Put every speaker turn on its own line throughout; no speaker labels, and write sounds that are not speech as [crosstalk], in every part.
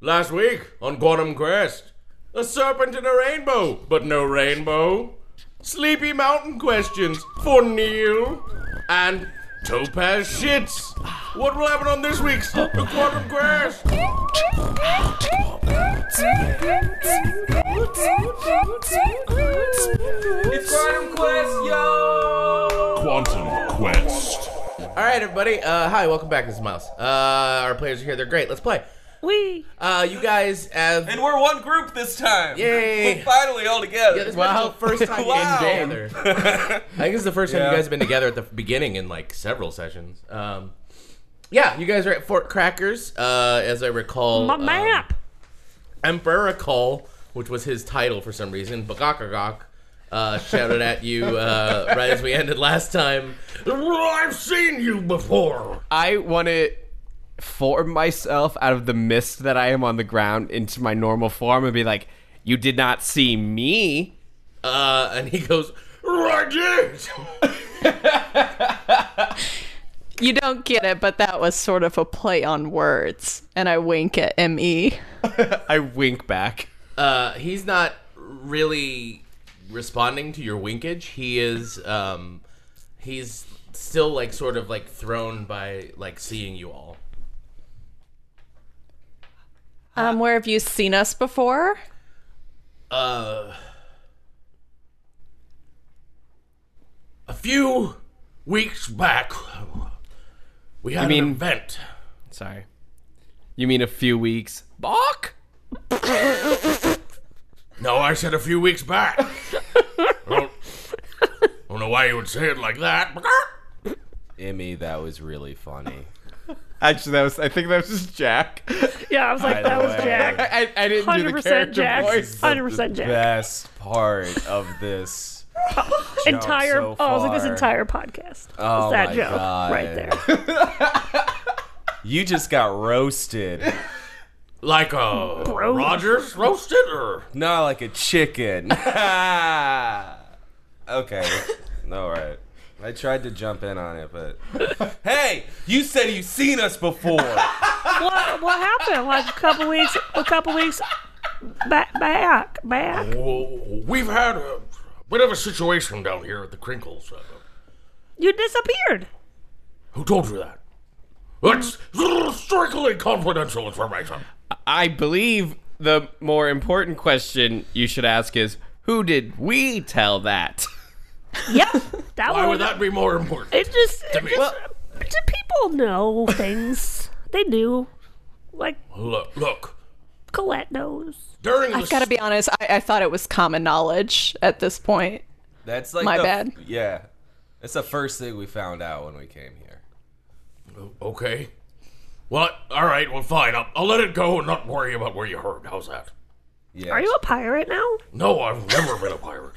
Last week on Quantum Quest, a serpent in a rainbow, but no rainbow. Sleepy Mountain questions for Neil and Topaz shits. What will happen on this week's [gasps] The Quantum Quest?
It's Quantum Quest, yo!
Quantum Quest.
All right, everybody. Uh, hi, welcome back. This is Miles. Uh, our players are here. They're great. Let's play.
We
Uh, you guys have.
And we're one group this time.
Yay.
We're finally all together.
Yeah, this wow. first time
Wow.
in together. [laughs] I think it's the first time
Yeah.
you guys have been together at the beginning in like several sessions. Um, yeah, you guys are at Fort Crackers, uh, as I recall.
my
um,
map.
Emperor Call, which was his title for some reason, Bagakagak, uh, shouted at you uh, [laughs] right as we ended last time. I've seen you before.
I want to form myself out of the mist that I am on the ground into my normal form and be like, "You did not see me."
Uh, and he goes, "I did."
You don't get it, but that was sort of a play on words. And I wink at E. ME.
I wink back.
Uh, he's not really responding to your winkage. He is. Um, he's still like sort of like thrown by like seeing you all.
Um, where have you seen us before?
uh, a few weeks back, we had
mean-
an event.
Sorry. You mean a few weeks? Bok?
No, I said a few weeks back. I don't, I don't know why you would say it like that. uh,
Emmy, that was really funny.
Actually, that was. I think that was just Jack. [laughs]
Yeah, I was like, that was Jack.
I, I didn't do the
100%
character
Jack.
voice.
100% Jack.
[laughs] Best part of this.
Entire,
so
oh, I was like, this
far.
entire podcast.
Oh
was that
my
joke
God.
right there.
You just got roasted.
Like a
Bro.
Rogers roasted or
Not like a [laughs] chicken. okay. All right. I tried to jump in on it, but [laughs] hey, you said you've seen us before.
what, what happened? Like a couple weeks, a couple weeks back, back, back.
Well, we've had a bit of a situation down here at the Crinkles. Uh,
You disappeared.
who told you that? It's strictly confidential information.
I believe the more important question you should ask is, who did we tell that? [laughs]
Yep. That
Why would
was
that be more important?
It just, it
me.
just do people know things? they do. Like
Look, look.
Colette knows.
During the
I've got to be honest, I, I thought it was common knowledge at this point.
That's like
My
the-
bad.
Yeah, that's the first thing we found out when we came here.
okay. Well, all right. Well, fine. I'll, I'll let it go and not worry about where you heard. How's that?
Yeah.
Are you a pirate now?
No, I've never been a pirate.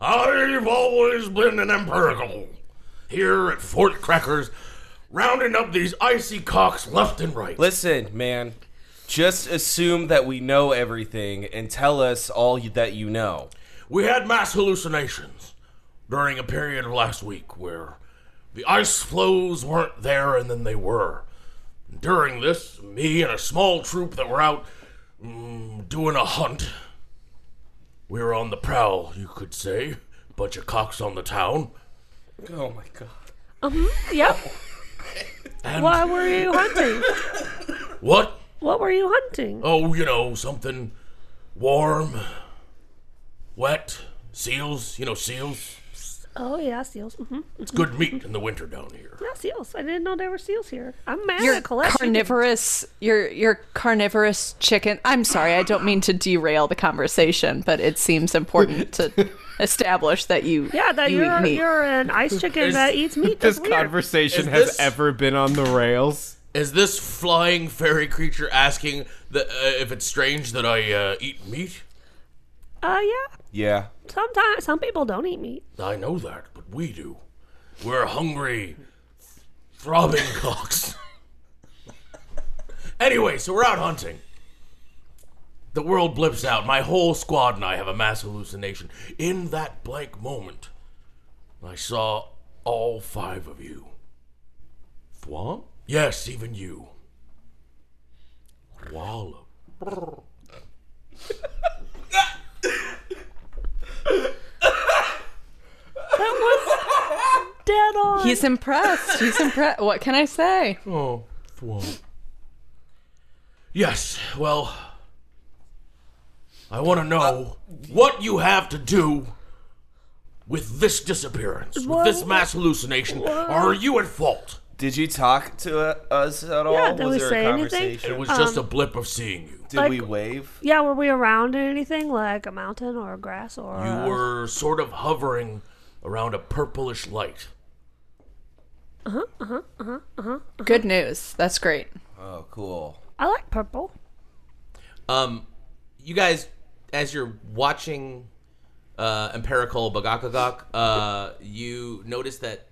I've always been an empirical. Here at Fort Crackers, rounding up these icy cocks left and right.
Listen, man. Just assume that we know everything and tell us all you, that you know.
We had mass hallucinations during a period of last week where the ice flows weren't there and then they were. During this, me and a small troop that were out mm, doing a hunt, we were on the prowl, you could say. Bunch of cocks on the town.
Oh my god.
Yep.
And
Why were you hunting?
what?
What were you hunting?
Oh, you know, something warm, wet, seals, you know, seals.
Oh yeah, seals. Mm-hmm.
It's good meat in the winter down here.
Yeah, seals. I didn't know there were seals here. I'm mad
You're
at Colette. She didn't-
carnivorous, you're, you're carnivorous chicken. I'm sorry, I don't mean to derail the conversation, but it seems
[laughs]
important to establish that you
Yeah, that
you
you
eat
are
meat.
you're an ice chicken that eats meat. That's
This
weird.
conversation
Is
has
this-
ever been on the rails.
Is this flying fairy creature asking the, uh, if it's strange that I uh, eat meat?
uh, yeah.
Yeah.
Sometimes some people don't eat meat.
I know that, but we do. We're hungry, throbbing [laughs] cocks. anyway, so we're out hunting. The world blips out. My whole squad and I have a mass hallucination. In that blank moment, I saw all five of you. Thwomp? Yes, even you. Wallop.
Dead on.
He's impressed. He's impressed. What can I say?
Oh, thwomp. Yes, well, I want to know what you have to do with this disappearance, with this
Well,
mass hallucination. Are you at fault?
Did you talk to uh, us at all?
did
was
we
there
say
a
anything?
conversation?
It was just a blip of seeing you.
Did we wave?
Yeah, were we around anything like a mountain or grass or?
You were sort of hovering around a purplish light.
Good news. That's great.
Oh, cool.
I like purple.
Um, you guys, as you're watching uh, Empirical Bagakagak, uh, you notice that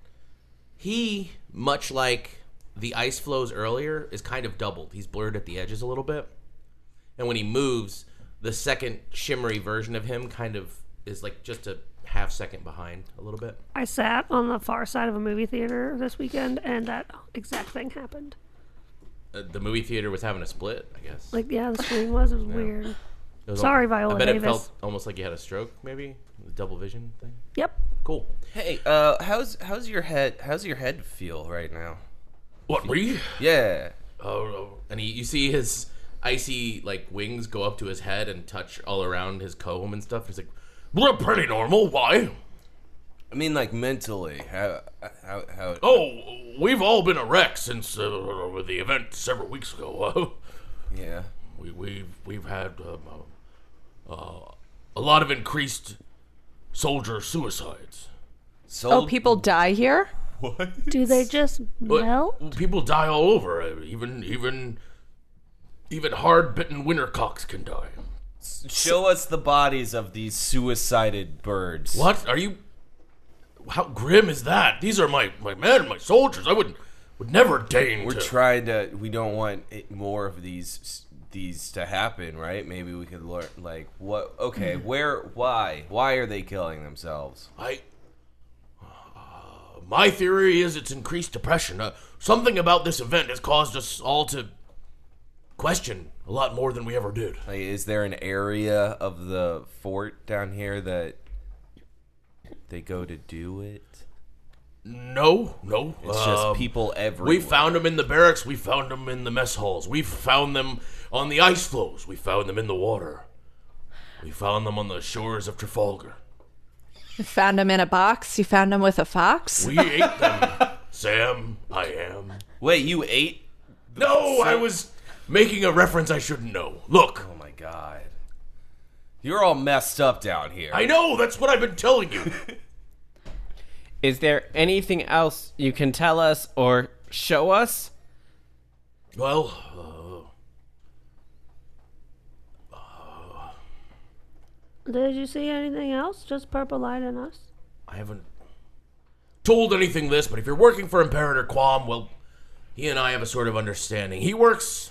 he, E, much like the ice flows earlier, is kind of doubled. He's blurred at the edges a little bit. And when he moves, the second shimmery version of him kind of is like just a half second behind a little bit.
I sat on the far side of a movie theater this weekend, and that exact thing happened.
Uh, the movie theater was having a split, I guess.
Like, yeah, the screen was it was weird.
It was
sorry,
al-
Viola
I bet
Davis.
it felt almost like you had a stroke, maybe? The double vision thing?
Yep.
Cool.
Hey, uh, how's how's your head? How's your head feel right now?
What, Uh, me?
Yeah.
Oh, and he, you see his icy like wings go up to his head and touch all around his comb and stuff. He's like,
Blip pretty normal. Why?
I mean, like mentally. How how how?
Oh, we've all been a wreck since uh, the event several weeks ago. [laughs]
yeah.
we, we've we've had um, uh, uh, a lot of increased soldier suicides.
Oh,
Sold-
people die here?
Do they just
But
melt?
people die all over. uh, Even even even hard bitten winter cocks can die.
Show us the bodies of these suicided birds.
What are you? How grim is that? These are my my men, my soldiers. I wouldn't would never deign
We're
to.
trying to. We don't want it, more of these these to happen, right? Maybe we could learn. Like what? Okay, where? Why? Why are they killing themselves?
I. Uh, my theory is it's increased depression. Uh, something about this event has caused us all to question a lot more than we ever did.
Like, is there an area of the fort down here that they go to do it?
No, no.
It's just
um,
people everywhere.
We found them in the barracks. We found them in the mess halls. We found them on the ice floes. We found them in the water. We found them on the shores of Trafalgar.
You found him in a box. You found him with a fox.
[laughs]
We ate them. Sam, I am.
Wait, you ate?
No, I was making a reference I shouldn't know. Look,
Oh my god. You're all messed up down here.
I know. That's what I've been telling you.
[laughs]
Is there anything else you can tell us or show us?
Well, uh,
Did you see anything else? Just purple light in us?
I haven't told anything this, but if you're working for Imperator Quam, well, he and I have a sort of understanding. He works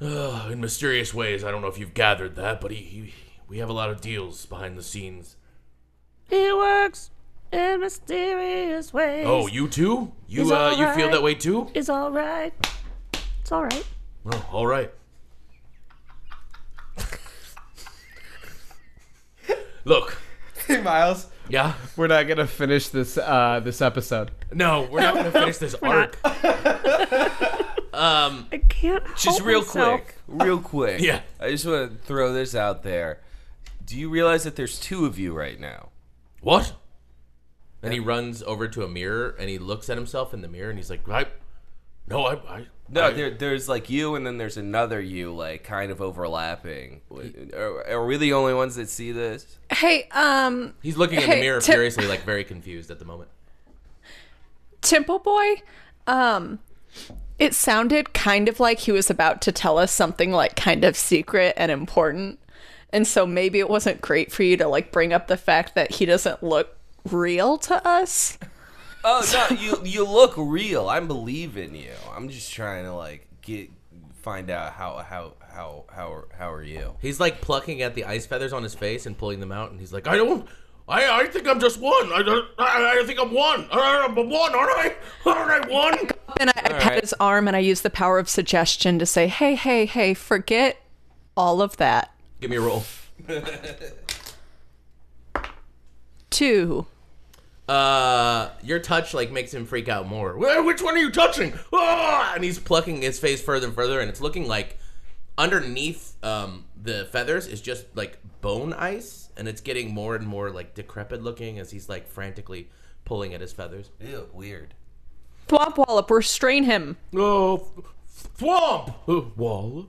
uh, in mysterious ways. I don't know if you've gathered that, but he, he we have a lot of deals behind the scenes.
He works in mysterious ways.
Oh, you too?
He's
You uh, you feel
alright.
that way too?
it's all right. It's all right.
Oh, all [laughs] right. Look,
[laughs] Hey, Miles,
yeah.
we're not gonna finish this uh, this episode.
No, we're not gonna finish this arc.
I can't.
just
help
real
myself.
quick,
[laughs]
real quick.
Yeah.
I just want to throw this out there. Do you realize that there's two of you right now?
What?
and he runs over to a mirror and he looks at himself in the mirror and he's like,
I no, I, I
No, there, there's like you, and then there's another you, like kind of overlapping. Wait, Are, are we the only ones that see this?
Hey, um,
he's looking in the
Hey,
mirror
Tim-
furiously, like very confused at the moment.
Temple Boy, um, it sounded kind of like he was about to tell us something like kind of secret and important. And so maybe it wasn't great for you to like bring up the fact that he doesn't look real to us.
Oh [laughs] no, you you look real. I'm believing you. I'm just trying to like get find out how how how how how are you?
He's like plucking at the ice feathers on his face and pulling them out, and he's like, I don't,
I, I think I'm just one. I, don't- I, I think I'm one. I, am one, aren't I? Aren't I one?
And I, I pat his arm and I use the power of suggestion to say, hey, hey, hey, forget all of that.
Give me a roll.
Two.
Uh, your touch like makes him freak out more.
Wh- Which one are you touching? Ah!
and he's plucking his face further and further, and it's looking like underneath um, the feathers is just like bone ice, and it's getting more and more like decrepit looking as he's like frantically pulling at his feathers.
Ew, weird.
Thwomp Wallop, restrain him.
Oh, f- thwomp! Uh, Wall.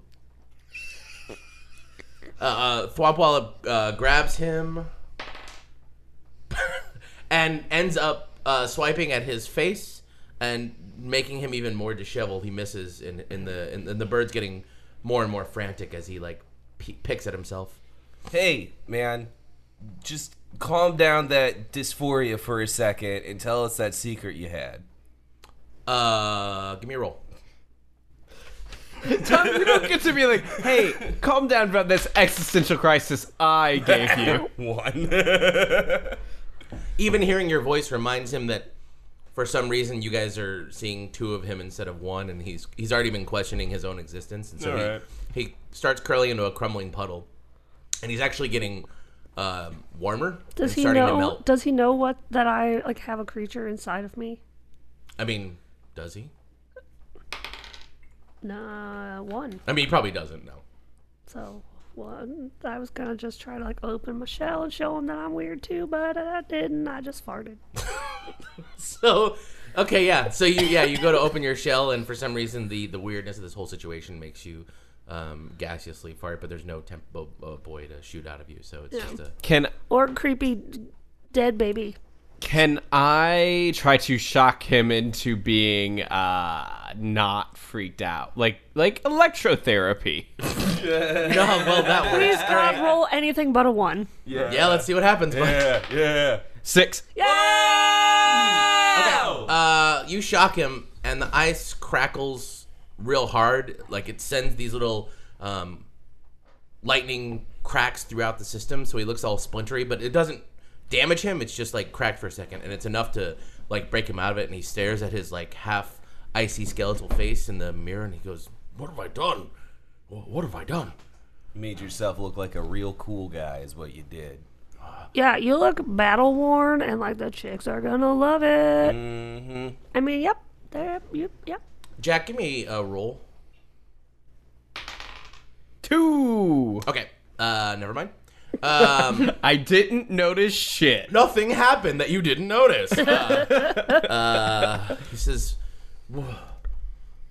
Uh, Thwapwalla uh, grabs him and ends up uh, swiping at his face and making him even more disheveled. He misses, and in, the in, the bird's getting more and more frantic as he like p- picks at himself.
Hey, man, just calm down that dysphoria for a second and tell us that secret you had.
Uh, give me a roll.
Tom, you don't get to be like, hey, calm down about this existential crisis I gave you.
One. [laughs]
Even hearing your voice reminds him that for some reason you guys are seeing two of him instead of one, and he's he's already been questioning his own existence, and so he,
Alright.
he starts curling into a crumbling puddle, and he's actually getting um, warmer.
Does
and
he
starting to
know?
melt.
Does he know what that I like have a creature inside of me?
I mean, does he?
Nah, one.
I mean, he probably doesn't know. [laughs]
So one. I was gonna just try to like open my shell and show him that I'm weird too, but I didn't. I just farted.
So, okay, yeah. So you yeah you go to open your shell, and for some reason the the weirdness of this whole situation makes you. Um, gaseously fart, but there's no tempo uh, boy to shoot out of you, so it's just a
[laughs]
[laughs]
Can
Or creepy d- dead baby.
can I try to shock him into being uh not freaked out? Like like electrotherapy.
you know how well that works.
Please God, roll anything but a one.
Yeah, let's see what happens. bud.
yeah, yeah.
Six.
Uh, you shock him, and the ice crackles real hard. Like it sends these little um, lightning cracks throughout the system, so he looks all splintery. But it doesn't damage him. It's just like cracked for a second, and it's enough to like break him out of it. And he stares at his like half icy skeletal face in the mirror, and he goes,
What have I done? Wh- What have I done?
Made yourself look like a real cool guy is what you did.
Yeah, you look battle worn, and like the chicks are gonna love it. Mm-hmm. I mean, yep, there, yep, yep.
"Jack, give me a roll."
Two.
Okay, uh, never mind. Um,
I didn't notice shit.
nothing happened that you
[laughs]
didn't notice. Uh, uh, he says,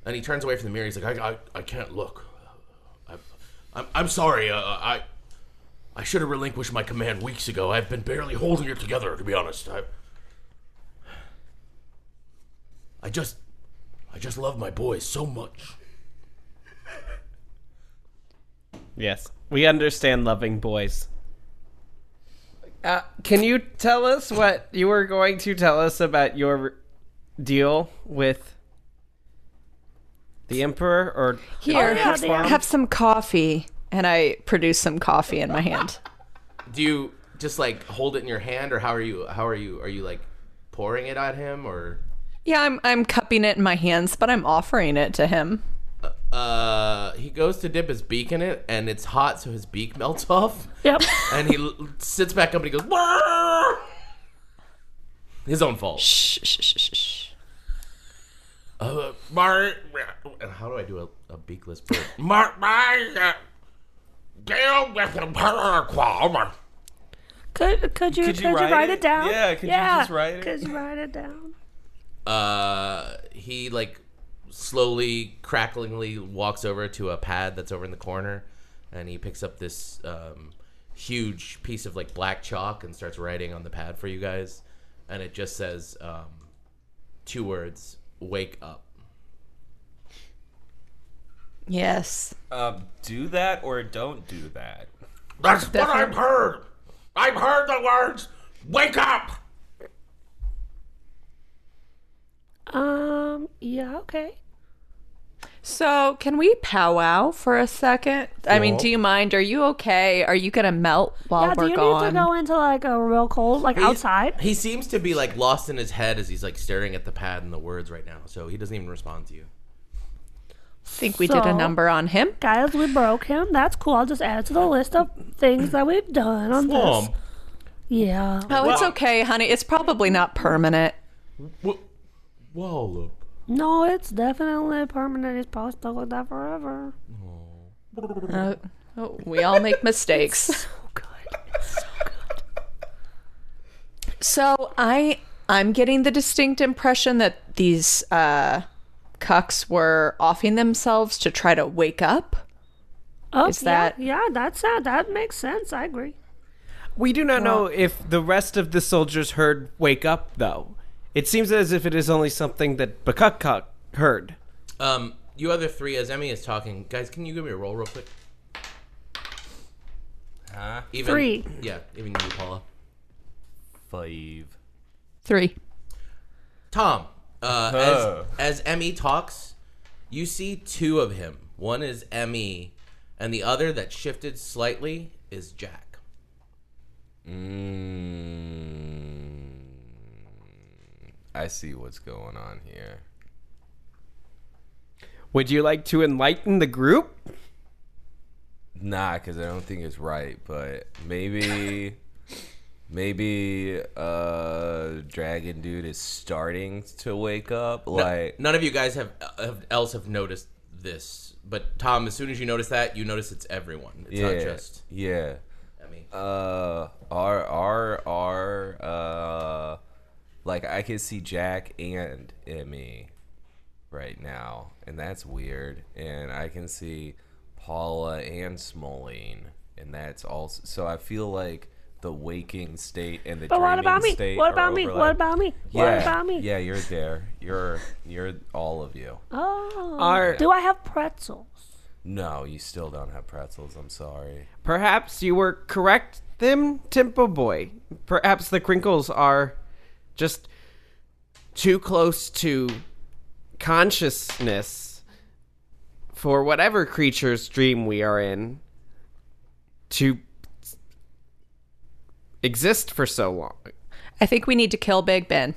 and he turns away from the mirror. He's like, I, I, I can't look.
I'm, I'm sorry. Uh, I I should have relinquished my command weeks ago. I've been barely holding it together, to be honest. I I just I just love my boys so much.
Yes. We understand loving boys. Uh, can you tell us what you were going to tell us about your deal with the emperor or
Here,
yeah,
have,
they are.
have some coffee. And I produce some coffee in my hand.
Do you just like hold it in your hand, or how are you? How are you? Are you like pouring it at him, or?
Yeah, I'm, I'm cupping it in my hands, but I'm offering it to him.
Uh, he goes to dip his beak in it, and it's hot, so his beak melts [laughs] off,
[laughs]
Yep.
and he l- sits back up and he goes, "Wah!" his own fault.
Shh, shh, shh, shh, shh.
Uh, my
And how do I do a, a beakless bird?
my my uh, deal with the paraquam.
Could could you could, you, write, it? down?
Yeah, could you just write it?
Could you write it down?
Uh, he like slowly, cracklingly walks over to a pad that's over in the corner, and he picks up this um, huge piece of like black chalk and starts writing on the pad for you guys, and it just says um, two words: "Wake up."
Yes.
Um, do that or don't do that.
That's what
Definitely.
I've heard. I've heard the words. Wake up.
Um. Yeah. Okay.
So, can we powwow for a second? I mean, do you mind? Are you okay? Are you gonna melt while
Yeah, do
we're
you
gone?
need to go into like a real cold, like
He's-
outside?
He seems to be like lost in his head as he's like staring at the pad and the words right now, so he doesn't even respond to you.
think we did
So-
a number on him.
Guys, we broke him. That's cool. I'll just add it to the list of things that we've done on this. Yeah.
Oh, it's okay, honey. It's probably not permanent.
Wallop.
No, it's definitely permanent. It's probably stuck like that forever.
Uh, oh, we all
[laughs]
make mistakes. So I I'm getting the distinct impression that these uh, cucks were offing themselves to try to wake up.
Oh,
Is
yeah,
that-
Yeah, that's that makes sense. I agree.
We do not know if the rest of the soldiers heard wake up, though. It seems as if it is only something that Bakukuk heard.
Um, you other three, as Emmy is talking, guys, can you give me a roll real quick? Huh? Even,
Three.
Yeah, even you, Paula.
Five.
Three.
Tom, uh,
Huh.
as as Emmy talks, you see two of him. One is Emmy, and the other that shifted slightly is Jack.
Mm. I see what's going on here.
Would you like to enlighten the group?
Nah, because I don't think it's right, but maybe.
[laughs]
Maybe uh Dragon Dude is starting to wake up. Like
None of you guys have, have else have noticed this, but Tom, as soon as you notice that, you notice it's everyone. It's not
yeah,
just
yeah.
Emmy.
Uh, our our our uh, like I can see Jack and Emmy right now, and that's weird. And I can see Paula and Smoline, and that's also. So I feel like the waking state and the
But
dreaming
what about me?
state
What
are
about me? What
overlapped.
about me?
Yeah,
What about me?
yeah, you're there. You're you're all of you.
Oh.
Um,
Are
Do I have pretzels?
No, you still don't have pretzels. I'm sorry.
perhaps you were correct, them Tempo Boy? Perhaps the crinkles are just too close to consciousness for whatever creature's dream we are in to exist for so long.
I think we need to kill Big Ben.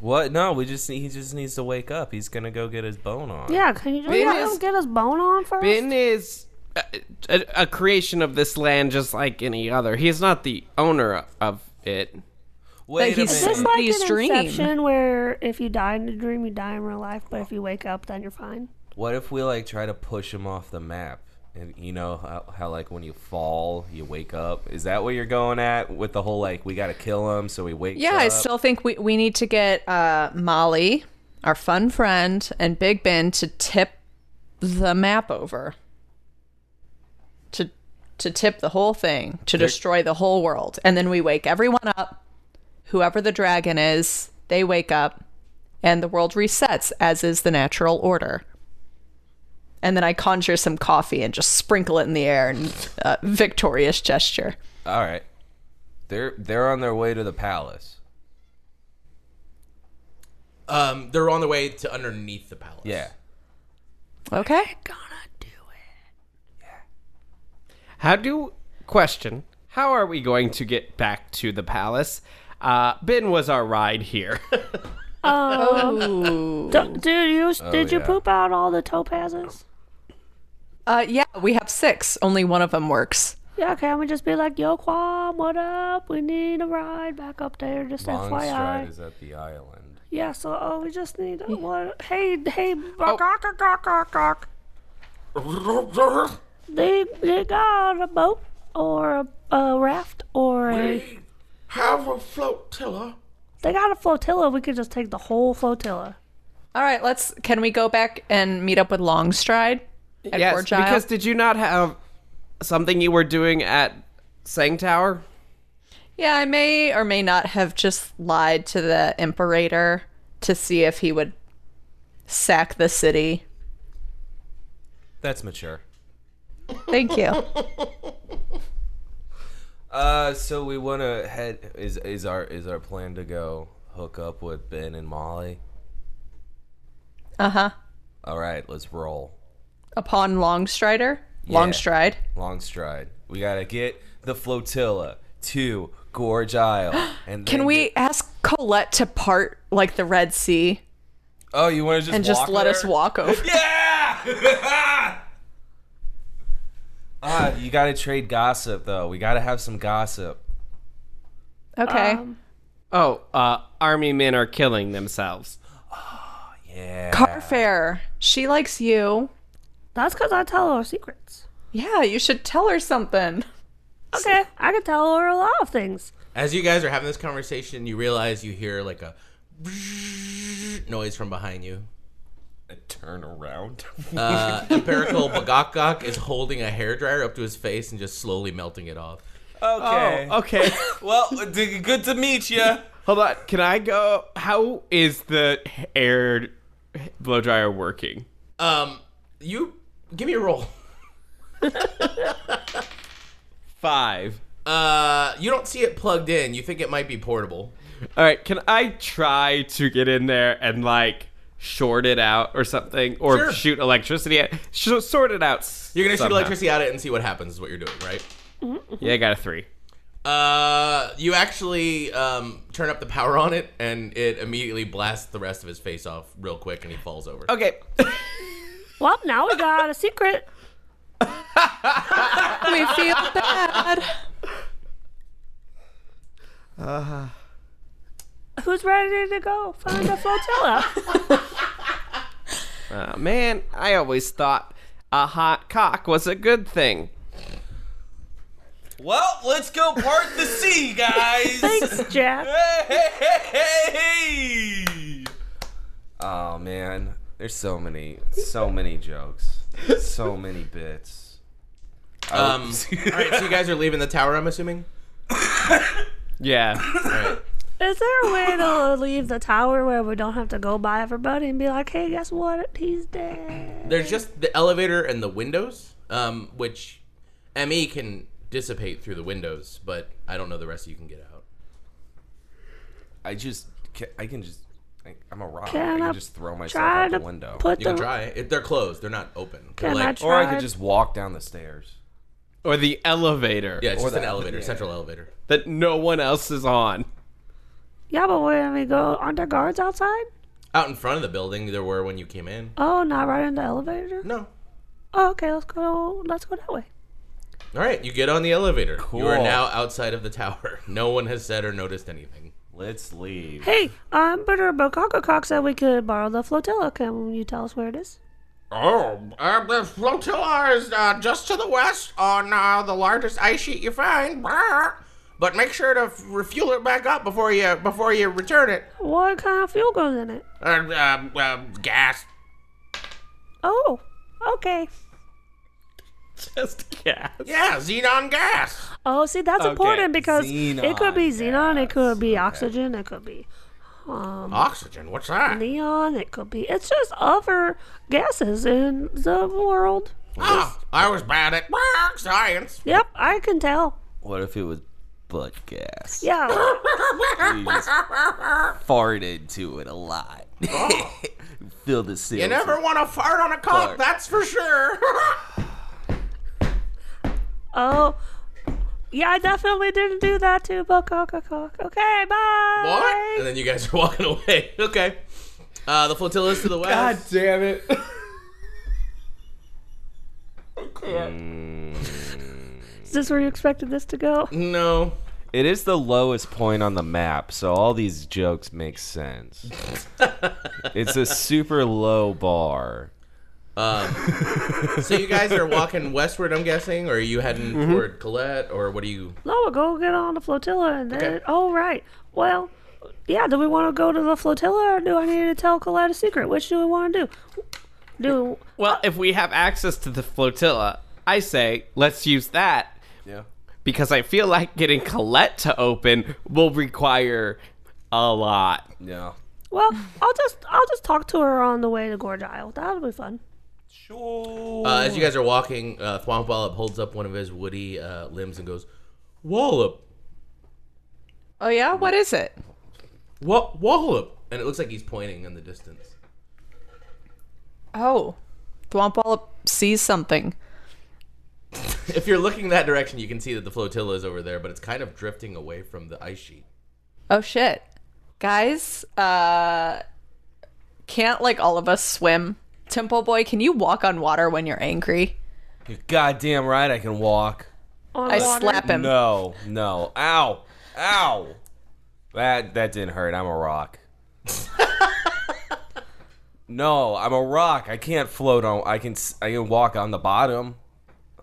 What? No, we just need- he just needs to wake up. He's gonna go get his bone on.
Yeah, can you just
Ben
let
is-
him get his bone on first?
Bin is a, a, a creation of this land just like any other. He is not the owner of it.
Wait
he's-
a
Is this
minute.
But
like
he's
an
dreaming.
inception where if you die in a dream, you die in real life, but if you wake up, then you're fine?
What if we like try to push him off the map? And you know how, how like when you fall, you wake up. Is that what you're going at with the whole like we gotta kill him so he wakes
Yeah,
up?
I still think we, we need to get uh, Molly, our fun friend, and Big Ben to tip the map over. To to tip the whole thing, to destroy the whole world. And then we wake everyone up. Whoever the dragon is, they wake up and the world resets as is the natural order. And then I conjure some coffee and just sprinkle it in the air in a victorious gesture.
All right, they're they're on their way to the palace.
Um, they're on their way to underneath the palace.
Yeah,
Okay?
How do question? How are we going to get back to the palace? Uh, Bin was our ride here. [laughs]
D- dude, you, did you
Oh, yeah.
poop out all the topazes?
Uh, yeah, we have six. Only one of them works.
Yeah, can we just be like, yo, Quam, what up? We need a ride back up there, just
Longstride
FYI.
is at the island.
Yeah, so oh, we just need a what? Hey, hey,
Oh.
gawk, gawk, gawk, gawk, gawk. They they got a boat or a, a raft or a.
Have a flotilla.
They got a flotilla. We could just take the whole flotilla.
All right, let's. Can we go back and meet up with Longstride? At
yes,
Gorgile?
because did you not have something you were doing at Sang Tower?
yeah, I may or may not have just lied to the Imperator to see if he would sack the city.
That's mature.
Thank you.
[laughs] Uh, so we wanna head. Is is our is our plan to go hook up with Ben and Molly?
Uh huh.
All right, let's roll.
Upon Longstrider,
Yeah.
Longstride,
Long stride. We gotta get the flotilla to Gorge
[gasps]
Isle. And
can
then
we
get-
ask Colette to part like the Red Sea
oh, you want to just
and just
walk
let
there?
us walk
[laughs]
over?
Yeah. Ah, you gotta trade gossip though. We gotta have some gossip.
Okay.
Um,
Oh, uh, army men are killing themselves.
Yeah.
Carfair, she likes you.
That's because I tell her secrets.
Yeah, you should tell her something.
Eh.
Okay, I can tell her a lot of things.
As you guys are having this conversation, you realize you hear like a [laughs] noise from behind you.
Turn around. [laughs]
Uh, Empirical Bagakgak is holding a hairdryer up to his face and just slowly melting it off.
okay.
Oh, okay.
Well, d- good to meet
[laughs]
you.
Hold on. Can I go? How is the air blow dryer working?
Um, you give me a roll.
Five.
Uh, you don't see it plugged in. You think it might be portable.
All right. Can I try to get in there and like short it out or something, or
Sure.
shoot electricity at? Sh- sort it out. s-
You're gonna shoot
somehow.
electricity at it and see what happens. Is what you're doing, right?
Yeah, I got a three.
Uh, you actually um, turn up the power on it, and it immediately blasts the rest of his face off real quick, and he falls over.
[laughs] Okay.
Well, now we got a secret.
We feel bad.
Who's ready to go find a
[laughs]
flotilla?
Uh, man, I always thought a hot cock was a good thing.
Well, let's go part the sea, guys.
Thanks, Jack.
Hey! Oh man, there's so many, so many jokes,
[laughs]
so many bits.
Um, all right, so you guys are leaving the tower, I'm assuming.
Yeah.
[coughs]
Is there a way to leave the tower where we don't have to go by everybody and be like, hey, guess what? He's dead.
There's just the elevator and the windows, um, which ME can dissipate through the windows, but I don't know the rest of you can get out.
I just, ca- I can just, I, I'm a rock.
Can
I
I
can just throw myself
Try
out the
to
window,
put
You can
the.
try. It, they're closed. They're not open. They're
Can I
like-
try?
or I could just walk down the stairs.
Or the elevator
yeah, it's
Or
just an
that,
elevator,
yeah.
central elevator.
that no one else is on.
Yeah, but when we go, aren't there guards outside?
Out in front of the building, there were when you came in.
Oh, not right in the elevator?
No.
Oh, okay, let's go. Let's go that way.
All right, you get on the elevator. You are
Cool.
now outside of the tower. [laughs] No one has said or noticed anything.
Let's leave.
Hey, I'm Bitter Bokaka Cock said we could borrow the flotilla. Can you tell us where it is?
Oh, uh, the flotilla is uh, just to the west on uh, the largest ice sheet you find. Brr. But make sure to refuel it back up before you before you return it.
What kind of fuel goes in it?
Uh, um, um, gas.
Oh, okay.
Just gas.
Yeah, xenon gas.
Oh, see, that's important because it could be
Xenon
xenon, it could be
gas. Okay.
oxygen, it could be
Oxygen. What's that?
neon, it could be. It's just other gases in the world.
Oh, I was bad at brr, science.
Yep, I can tell.
What if it was butt gas?
Yeah.
You just fart into it a lot. [laughs] Fill the seal.
You never want to fart on a cock,
Fart.
that's for sure. [laughs]
oh, yeah, I definitely didn't do that to Bokaka Cock. Okay, bye.
What? And then you guys [laughs] are walking away. Okay. Uh, the flotilla is to the west.
damn it.
[laughs]
Is this where you expected this to go?
No.
It is the lowest point on the map, so all these jokes make sense. it's a super low bar.
So you guys are walking westward, I'm guessing, or are you heading
Mm-hmm.
toward Colette, or what are you?
No, we'll go get on the flotilla and then. Oh, right. Well, yeah, do we want to go to the flotilla or do I need to tell Colette a secret? Which do we want to do? Do.
Well, if we have access to the flotilla, I say let's use that
Yeah.
because I feel like getting Colette to open will require a lot.
Yeah.
Well, I'll just I'll just talk to her on the way to Gorge Isle. That'll be fun.
Uh, as you guys are walking, uh, Thwomp Wallop holds up one of his woody uh, limbs and goes, "Wallop,
Oh yeah, what is it?
wa- Wallop," and it looks like he's pointing in the distance.
Oh, Thwompwallop sees something.
[laughs] If you're looking that direction, you can see that the flotilla is over there, but it's kind of drifting away from the ice sheet.
Oh shit, guys! Uh, can't like all of us swim? Temple boy, can you walk on water when you're angry?
You're goddamn right I can walk.
On
I
water.
slap him.
No, no. Ow. Ow. That that didn't hurt. I'm a
[laughs]
rock. no, I'm a rock. I can't float on I can s- I can walk on the bottom.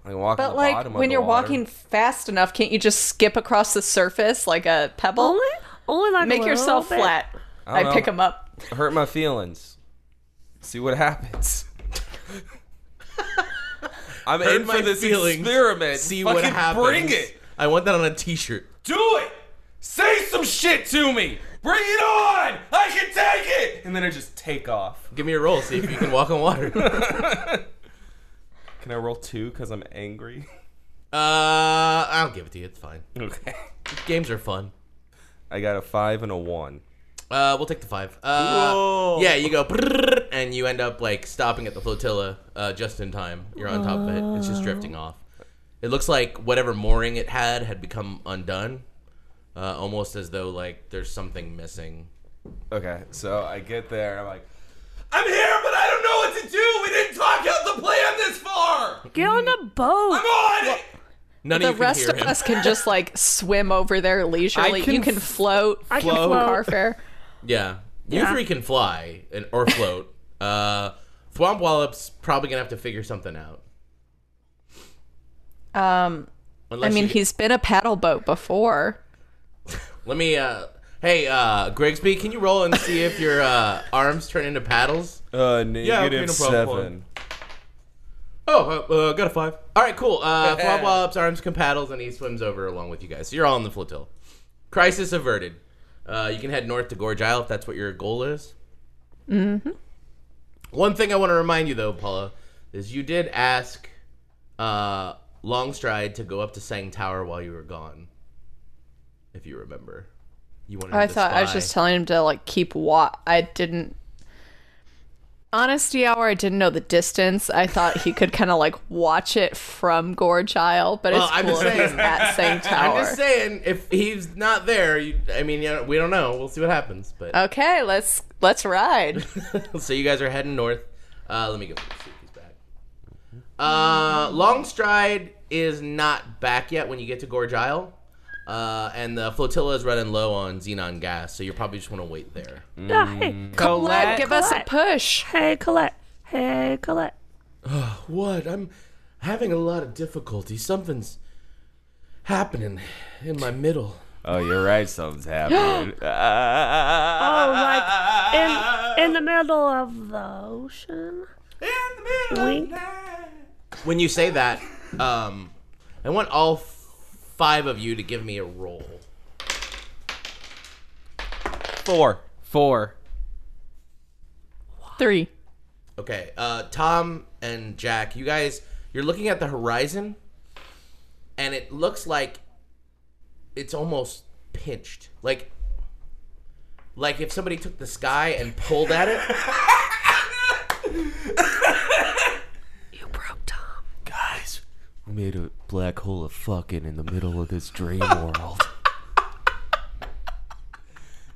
I can walk on
But
the
like
bottom of
when
the
you're
water.
walking fast enough, can't you just skip across the surface like a pebble?
Only, only like a
Make
little
yourself
bit.
flat. I,
know.
pick him up.
hurt my feelings. See what
[laughs]
happens. I'm in for
my
this
feelings.
experiment.
See what
Fucking
happens.
Bring it.
I want that on a T-shirt.
Do it. Say some shit to me. Bring it on. I can take it. And then I just take off.
Give me a roll, see if you can walk on water.
[laughs] Can I roll two because I'm angry? [laughs]
Uh, I'll give it to you. It's fine.
Okay.
Games are fun.
I got a five and a one.
Uh, we'll take the five. Uh, yeah, you go brrrr, and you end up like stopping at the flotilla uh, just in time. You're on top of it. It's just drifting off. It looks like whatever mooring it had had become undone, uh, almost as though like there's something missing.
Okay, so I get there. I'm like, I'm here, but I don't know what to do. We didn't talk out the plan this far.
Get on the boat.
Come on.
None
The
of you can
rest
hear
of
him.
us can just like swim over there leisurely.
can
you can float.
I can
Float.
float.
Carfare.
Yeah, you three can fly and or float. uh, Thwomp Wallop's probably gonna have to figure something out.
Um, I
Unless
mean,
you-
he's been a paddle boat before.
Let me. Uh, hey, uh, Grigsby, can you roll and see if your uh, arms turn into paddles?
Uh,
negative no problem. seven. Oh, uh, uh, got a five. All right, cool. Uh, Thwomp Wallop's arms can paddles, and he swims over along with you guys. So you're all in the flotilla. Crisis averted. Uh, you can head north to Gorge Isle if that's what your goal is. Mm-hmm. One thing I want to remind you, though, Paula, is you did ask uh, Longstride to go up to Sang Tower while you were gone. If you remember, you wanted.
Oh, I
him to
thought I was
spy.
just telling him to like keep watch. I didn't. Honesty hour. I didn't know the distance. I thought he could kind of like watch it from Gorge Isle, but
Well,
it's
I'm
cool
just
if he's
saying- [laughs]
at same tower.
I'm just saying, if he's not there, you, I mean, you know, we don't know. We'll see what happens, but.
Okay, let's let's
[laughs]
ride.
so you guys are heading north. Uh, let me go see if he's back. Uh, Longstride is not back yet when you get to Gorge Isle. Uh, and the flotilla is running low on xenon gas, so you probably just want to wait there.
Yeah, hey,
Colette, give us a
Colette.
push.
hey, Colette. Hey, Colette.
What? I'm having a lot of difficulty. Something's happening in my middle.
Oh, you're right. Something's
[gasps]
happening. Ah.
Oh, like in in the middle of the ocean. Wink.
When you say that, um, I want all f- five of you to give me a roll.
Four.
Four.
Three.
Okay, uh, Tom and Jack, you guys, you're looking at the horizon, and it looks like it's almost pinched, like, like if somebody took the sky and pulled at
[laughs]
it.
You broke Tom.
Guys, we made a black hole of fucking in the middle of this [laughs] dream world.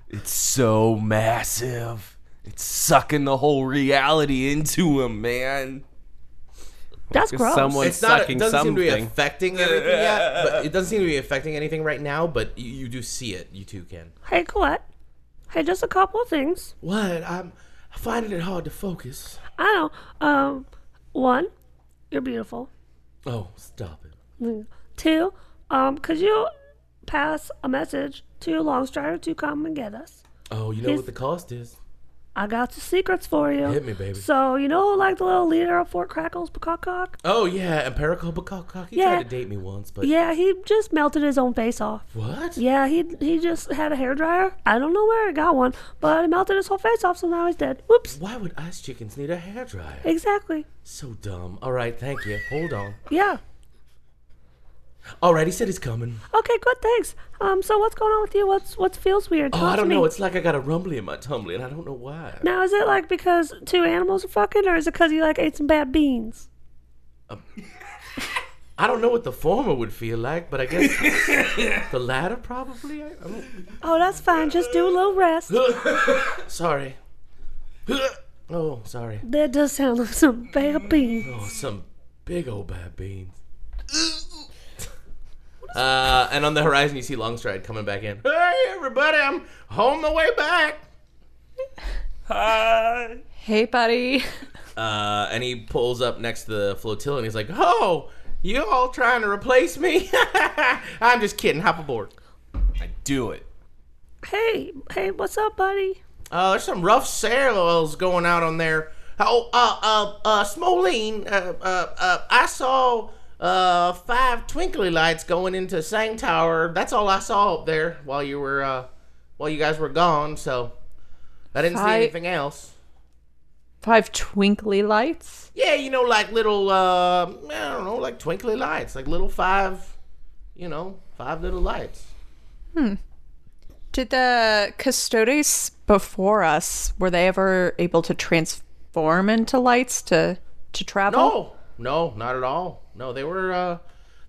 It's so massive. It's sucking the whole reality into him, man.
That's gross.
someone-
It's not. It
Sucking
doesn't seem to be
something.
affecting everything yet. But it doesn't seem to be affecting anything right now. But you, you do see it. You too can.
Hey, Colette. Hey, just a couple of things.
What? I'm finding it hard to focus.
I know. Um, one, you're beautiful.
Oh, stop it.
Two, um, could you pass a message to Longstrider to come and get us?
Oh, you know
His-
what the cost is.
I got some secrets for you.
Hit me, baby.
So you know, like the little leader of Fort Crackles, Pocock?
Oh yeah, Empirical Bacock. He
Yeah.
tried to date me once, but
Yeah, he just melted his own face off.
what?
Yeah, he he just had a hairdryer. I don't know where he got one, but it melted his whole face off, so now he's dead. Whoops.
Why would ice chickens need a hairdryer?
Exactly.
So dumb. All right, thank you. Hold on.
Yeah.
All right, he said he's coming.
Okay, good. Thanks. Um, so what's going on with you? What's what feels weird?
Oh,
Talk
I
to
don't
me.
know. It's like I got a rumbly in my tumbly, and I don't know why.
now is it like because two animals are fucking, or is it because you like ate some bad beans?
I don't know what the former would feel like, but
[laughs]
I guess the latter probably. I, I don't,
Oh, that's fine. Just do a little rest. [laughs]
sorry. Oh, sorry.
That does sound like some bad beans.
Oh, some big old
[laughs]
bad beans. Uh, and on the horizon, you see Longstride coming back in. Hey, everybody! I'm on my way back.
Hey, buddy.
Uh, and he pulls up next to the flotilla, and he's like, "Oh, you all trying to replace me? [laughs] I'm just kidding. Hop aboard."
I do it.
Hey, hey, what's up, buddy?
Uh, there's some rough sales going out on there. Oh, uh, uh, uh, Smoline, uh, uh, uh, I saw, uh, five twinkly lights going into Sang Tower. That's all I saw up there while you were, uh, while you guys were gone, so I didn't see
Five-
anything else.
Five twinkly lights.
Yeah, you know, like little, uh, I don't know, like twinkly lights, like little five, you know, five little lights.
Did the custodes before us were they ever able to transform into lights to to travel?
No, no, not at all. No, they were uh,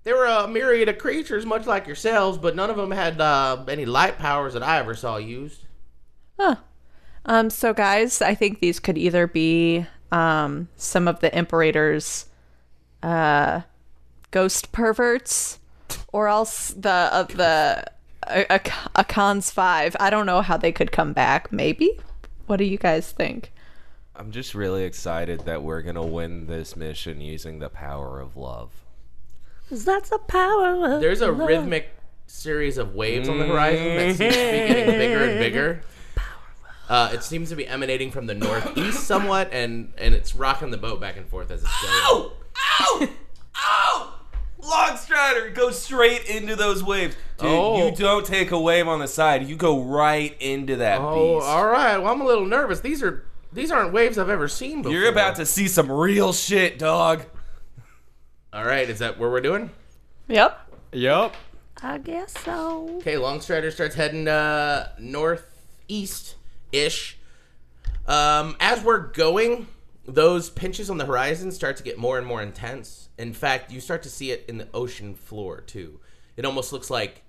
they were a myriad of creatures, much like yourselves, but none of them had uh, any light powers that I ever saw used.
Um, so guys, I think these could either be um, some of the Imperator's uh, ghost perverts, or else the uh, the uh, Akans Five. I don't know how they could come back. Maybe. What do you guys think?
I'm just really excited that we're gonna win this mission using the power of love.
'Cause that's the power. Of
There's a
love.
rhythmic series of waves on the horizon that seems to be getting bigger and bigger. Uh, it seems to be emanating from the northeast somewhat, and and it's rocking the boat back and forth as it's going.
Ow! Ow! Ow! Longstrider goes straight into those waves. Dude,
Oh.
you don't take a wave on the side. You go right into that
Oh,
beast.
all right. Well, I'm a little nervous. These are these aren't waves I've ever seen before.
You're about to see some real shit, dog.
All right, is that where we're doing?
Yep.
Yep.
I guess so.
Okay, Longstrider starts heading uh, northeast ish. Um, as we're going, those pinches on the horizon start to get more and more intense. In fact, you start to see it in the ocean floor too. It almost looks like,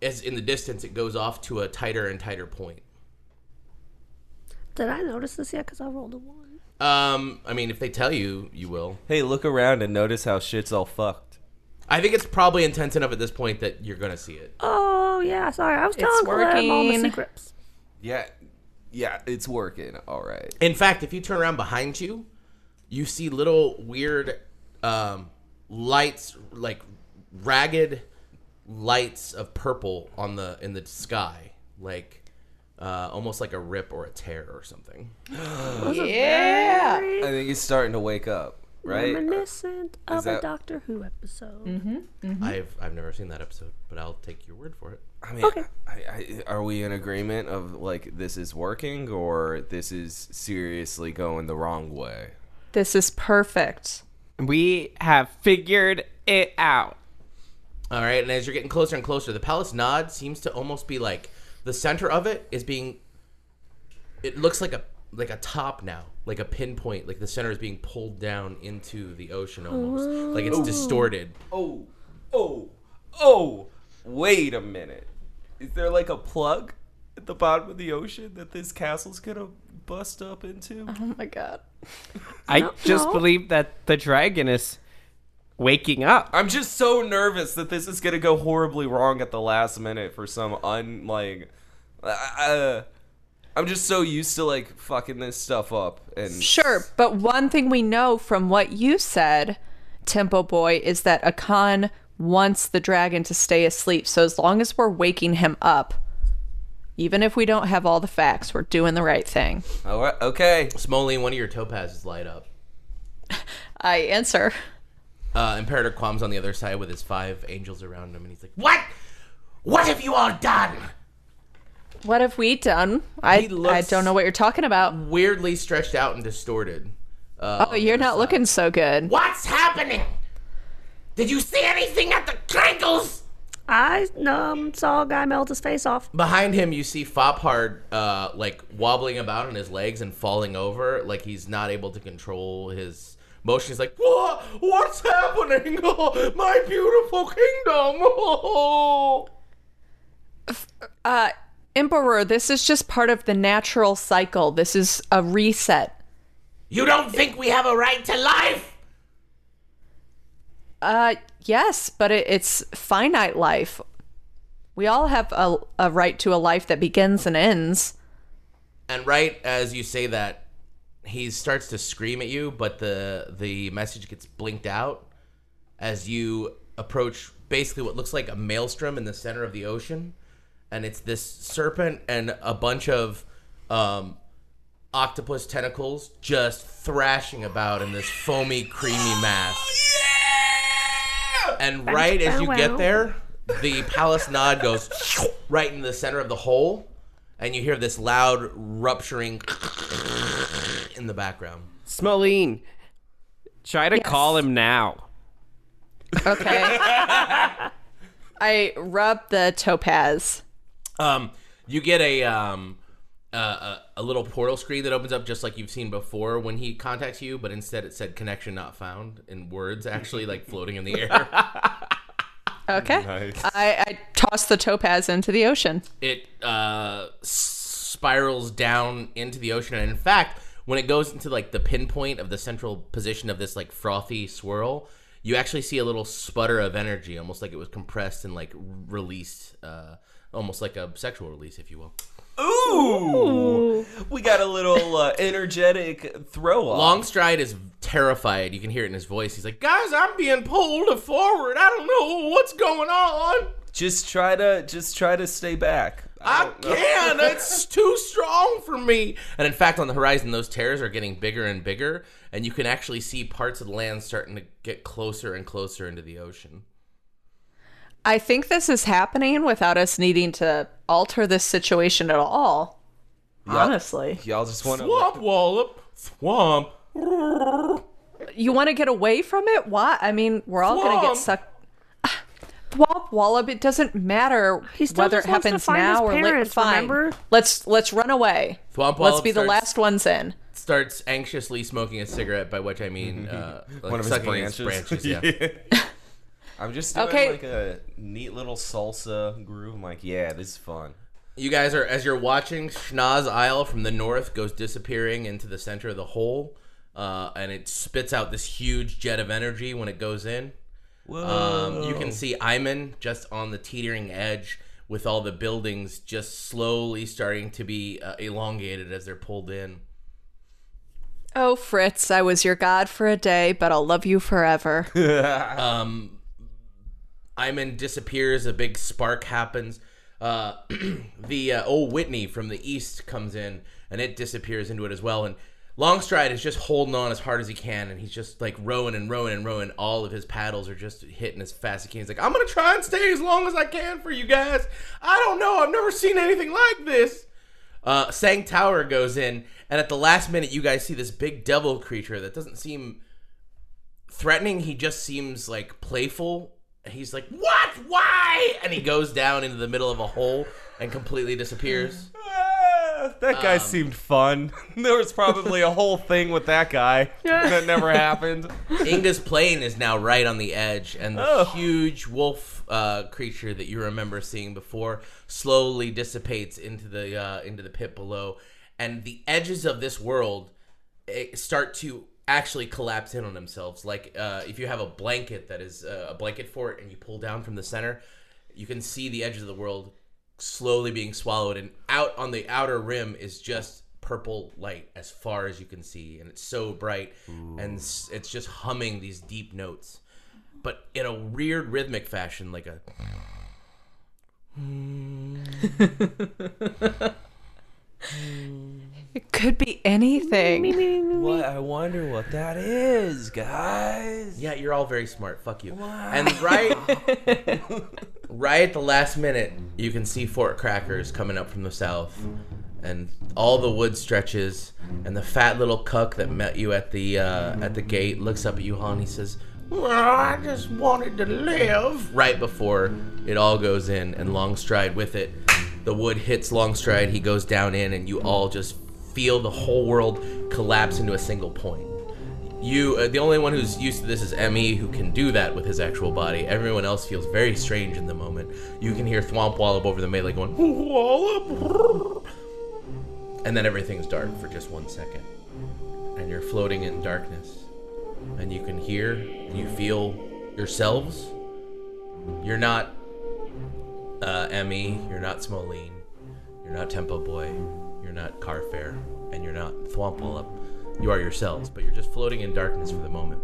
as in the distance, it goes off to a tighter and tighter point.
Did I notice this yet? Because I rolled a one.
Um, I mean, if they tell you, you will.
Hey, look around and notice how shit's all fucked.
I think it's probably intense enough at this point that you're gonna see it.
Oh yeah, sorry. I was telling Claire all my
working.
secrets.
Yeah, yeah, it's working. All right.
In fact, if you turn around behind you, you see little weird um, lights, like ragged lights of purple on the in the sky, like uh, almost like a rip or a tear or something.
Yeah.
I think he's starting to wake up, right?
Reminiscent of a
that-
Doctor Who episode.
I've I've never seen that episode, but I'll take your word for it.
I mean, I, I, are we in agreement of like this is working or this is seriously going the wrong way?
This is perfect.
We have figured it out.
All right, and as you're getting closer and closer, the palace nod seems to almost be like the center of it is being. It looks like a like a top now, like a pinpoint, like the center is being pulled down into the ocean almost, like it's distorted.
Oh, oh, oh! Wait a minute. Is there like a plug at the bottom of the ocean that this castle's gonna bust up into?
Oh my god.
I just
no.
believe that the dragon is waking up.
I'm just so nervous that this is gonna go horribly wrong at the last minute for some un like. Uh, I'm just so used to like fucking this stuff up and
Sure, but one thing we know from what you said, Tempo Boy, is that Akan wants the dragon to stay asleep. So as long as we're waking him up, even if we don't have all the facts, we're doing the right thing.
All right, Oh, okay.
Smoley, one of your topazes light up.
I answer.
Uh, Imperator Quam's on the other side with his five angels around him, and he's like, "What? What have you all done?"
What have we done? I
He looks- Mm.
I don't know what you're talking about.
Weirdly stretched out and distorted. Uh,
Oh, you're not looking so good.
What's happening? Did you see anything at the Krankles?
I um, saw a guy melt his face off.
Behind him, you see Fophard, uh, like wobbling about on his legs and falling over, like he's not able to control his motion. He's like, "What? What's happening? [laughs] Oh, my beautiful kingdom!" [laughs] Oh.
Emperor, Uh, this is just part of the natural cycle. This is a reset.
You don't think we have a right to life?
Uh, yes, but it, it's finite life. We all have a, a right to a life that begins and ends.
And right as you say that, he starts to scream at you, but the the message gets blinked out as you approach basically what looks like a maelstrom in the center of the ocean, and it's this serpent and a bunch of um, octopus tentacles just thrashing about in this foamy, creamy mass. And right as you get there, the palace nod goes [laughs] right in the center of the hole, and you hear this loud rupturing [laughs] in the background.
Smoline, try to call him now.
Okay. I rub the topaz.
Um, you get a um, uh, a, a little portal screen that opens up just like you've seen before when he contacts you, but instead it said "connection not found" in words actually like floating in the air.
Okay. I, I toss the topaz into the ocean.
it uh, s- spirals down into the ocean, and in fact, when it goes into like the pinpoint of the central position of this like frothy swirl, you actually see a little sputter of energy, almost like it was compressed and like released, uh, almost like a sexual release, if you will.
Ooh, we got a little uh, energetic throw off.
Longstride is terrified. You can hear it in his voice. He's like, "Guys, I'm being pulled forward. I don't know what's going on.
Just try to just try to stay back.
I
don't know.
can't.
[laughs]
It's too strong for me." And in fact, on the horizon, those tears are getting bigger and bigger, and you can actually see parts of the land starting to get closer and closer into the ocean.
I think this is happening without us needing to alter this situation at all. Honestly.
Y'all just want
Swamp wallop, swamp.
You want to get away from it? Why? I mean, we're all going to get
Thwomp.
sucked. [sighs] Thwomp Wallop, it doesn't matter
He still
whether it
just wants to
happens
find his
now or later.
parents,
Fine.
remember?
Let's let's run away. let's
Thwomp Wallop
be the
starts-
last ones in.
Starts anxiously smoking a cigarette, by which
[laughs]
I mean uh, like
One of his
sucking his
branches. [laughs]
branches. Yeah.
I'm just doing
Okay.
like a neat little salsa groove. I'm like, yeah, this is fun.
You guys are as you're watching Schnoz Isle from the north goes disappearing into the center of the hole, uh, and it spits out this huge jet of energy when it goes in. Um, you can see Iman just on the teetering edge with all the buildings just slowly starting to be uh, elongated as they're pulled in.
Oh, Fritz, I was your god for a day, but I'll love you
[laughs]
forever.
Iman disappears. A big spark happens. Uh, [clears throat] the uh, old Whitney from the east comes in, and it disappears into it as well. And Longstride is just holding on as hard as he can, and he's just like rowing and rowing and rowing. All of his paddles are just hitting as fast as he can. He's like, "I'm gonna try and stay as long as I can for you guys. I don't know. I've never seen anything like this." Uh, Sang Tower goes in, and at the last minute, you guys see this big devil creature that doesn't seem threatening. He just seems like playful. He's like, "What? Why?" And he goes down into the middle of a hole and completely disappears.
Ah, that guy seemed fun. [laughs] There was probably a whole thing with that guy that never happened.
Inga's plane is now right on the edge, and the huge wolf uh, creature that you remember seeing before slowly dissipates into the uh, into the pit below, and the edges of this world eh, start to actually collapse in on themselves. Like uh, if you have a blanket that is uh, a blanket fort, and you pull down from the center, you can see the edges of the world slowly being swallowed, and out on the outer rim is just purple light as far as you can see, and it's so bright, and s- it's just humming these deep notes, but in a weird rhythmic fashion, like a.
it could be anything.
What? I wonder what that is, guys.
Yeah, you're all very smart. Fuck you. And right, right at the last minute, you can see Fort Crackers coming up from the south, and all the wood stretches, and the fat little cuck that met you at the uh, at the gate looks up at you, Han. He says,
Well, I just wanted to live.
right before it all goes in and Longstride with it. The wood hits Longstride, he goes down in, and you all just feel the whole world collapse into a single point. You, uh, the only one who's used to this is Emmy, who can do that with his actual body. Everyone else feels very strange in the moment. You can hear Thwomp Wallop over the melee going, Wallop! And then everything's dark for just one second. And you're floating in darkness. And you can hear and you feel yourselves you're not uh, Emmy. You're not Smoline. You're not Tempo Boy. You're not Carfare, and you're not Thwompwallup. You are yourselves, but you're just floating in darkness for the moment,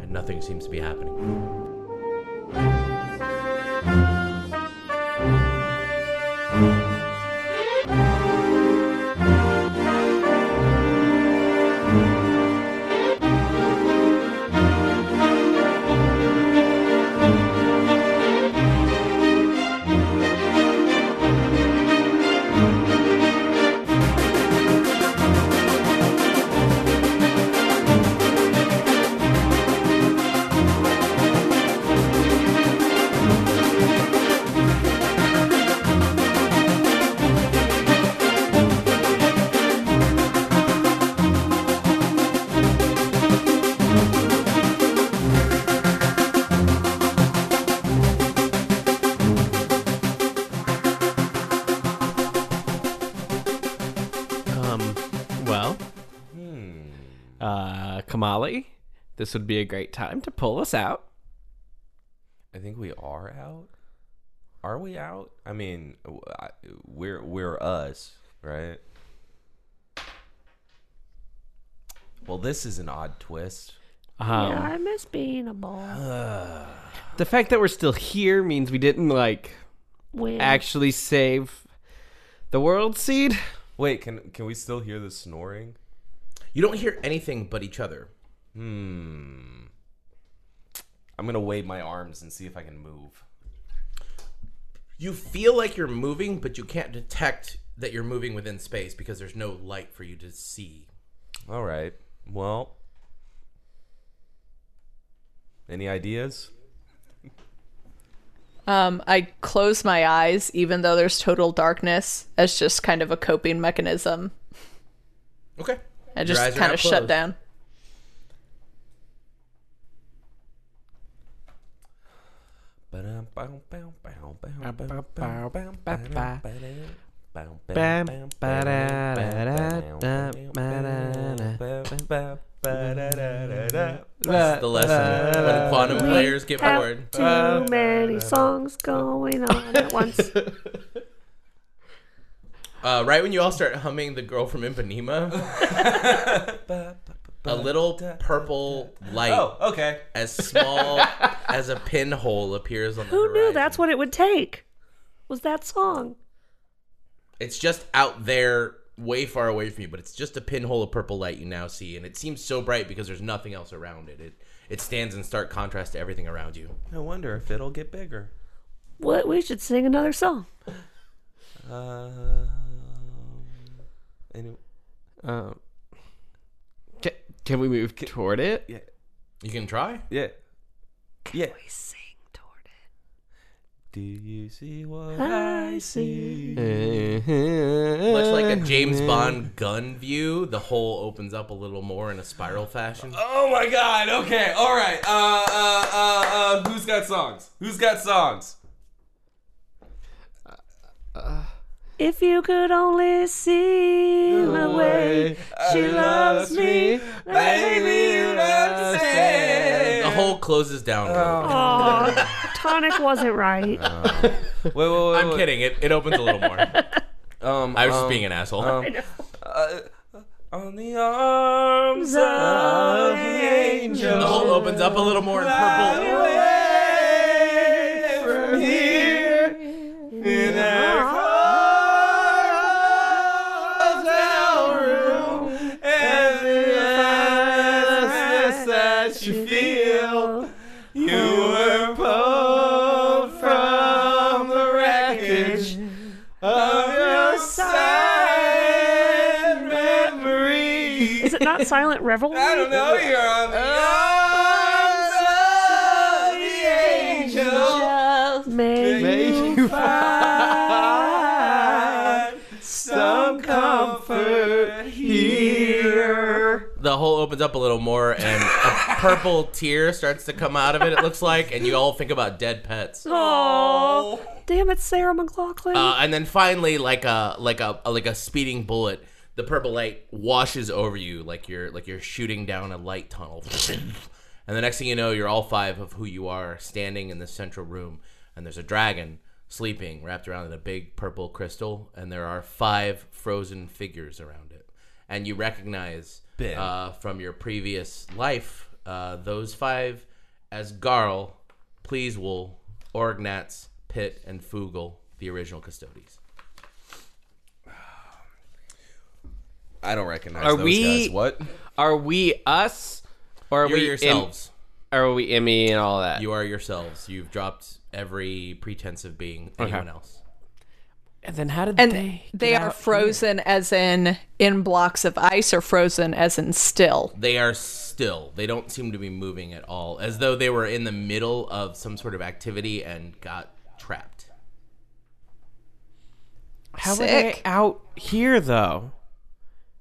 and nothing seems to be happening.
Um, well, Hmm. uh, Kamali, this would be a great time to pull us out.
I think we are out. Are we out? I mean, w- I- we're we're us, right? Well, this is an odd twist.
Um,
I miss being a ball.
The fact that we're still here means we didn't like
When
actually save the world seed.
Wait, can can we still hear the snoring?
You don't hear anything but each other.
Hmm. I'm gonna wave my arms and see if I can move.
You feel like you're moving, but you can't detect that you're moving within space because there's no light for you to see.
All right. Well, any ideas?
Um, I close my eyes, even though there's total darkness, as just kind of a coping mechanism.
Okay.
I
Your
just
eyes are
kind
not
of shut
closed.
down.
The
Uh,
lesson when quantum players get
have
bored.
too many songs going on [laughs] at once.
Uh, right when you all start humming "The Girl from Ipanema," a little purple light
Oh, okay.
as
[laughs]
small as a pinhole appears on the
Who knew
horizon.
that's what it would take? Was that song?
It's just out there, way far away from you, but it's just a pinhole of purple light you now see, and it seems so bright because there's nothing else around it. It it stands in stark contrast to everything around you.
I wonder if it'll get bigger.
What we should sing another song.
Um, any-
Um, ca- can we move toward it?
yeah,
You can try.
yeah, yeah.
Sing toward it.
Do you see what
I
I
see.
see?
Much
Much
like a James Bond gun view, the hole opens up a little more in a spiral fashion.
Oh my god, okay, alright. Uh, uh, uh, uh, who's got songs? Who's got songs?
If you could only see the way she loves me,
Baby, you understand.
The hole closes down. a
Oh,
little bit.
Aw, tonic wasn't
[laughs]
right.
Uh, Wait, wait, wait.
I'm kidding. It, it opens a little more.
Um,
I was just being an asshole.
on the arms of the angel.
the hole opens up a little more in purple.
away from here in our hotel room and the endlessness that you feel you were pulled from the wreckage of your sad memories [laughs]
Is it not Silent Revel?
I don't know. You're on the arms
you find some comfort here.
the hole opens up a little more and a purple tear starts to come out of it it looks like and you all think about dead pets uh,
Oh, damn it, Sarah McLaughlin.
and then finally like a like a like a speeding bullet the purple light washes over you like you're like you're shooting down a light tunnel and the next thing you know you're all five of who you are standing in the central room and there's a dragon sleeping wrapped around in a big purple crystal and there are five frozen figures around it and you recognize
Ben.
uh, from your previous life uh, those five as Garl, Pleasewool, Orgnatz, Pitt, and Fugle, the original custodies.
I don't recognize
Are
those
we-
guys. What?
Are we us? Or are
You're
we
yourselves.
Im- are we Emmy and all that?
you are yourselves. You've dropped every pretense of being anyone else.
and then how did
And
they?
they, are frozen as in in blocks of ice or frozen as in still.
They are still. They don't seem to be moving at all, as though they were in the middle of some sort of activity and got trapped.
How are they
Sick.
out here though?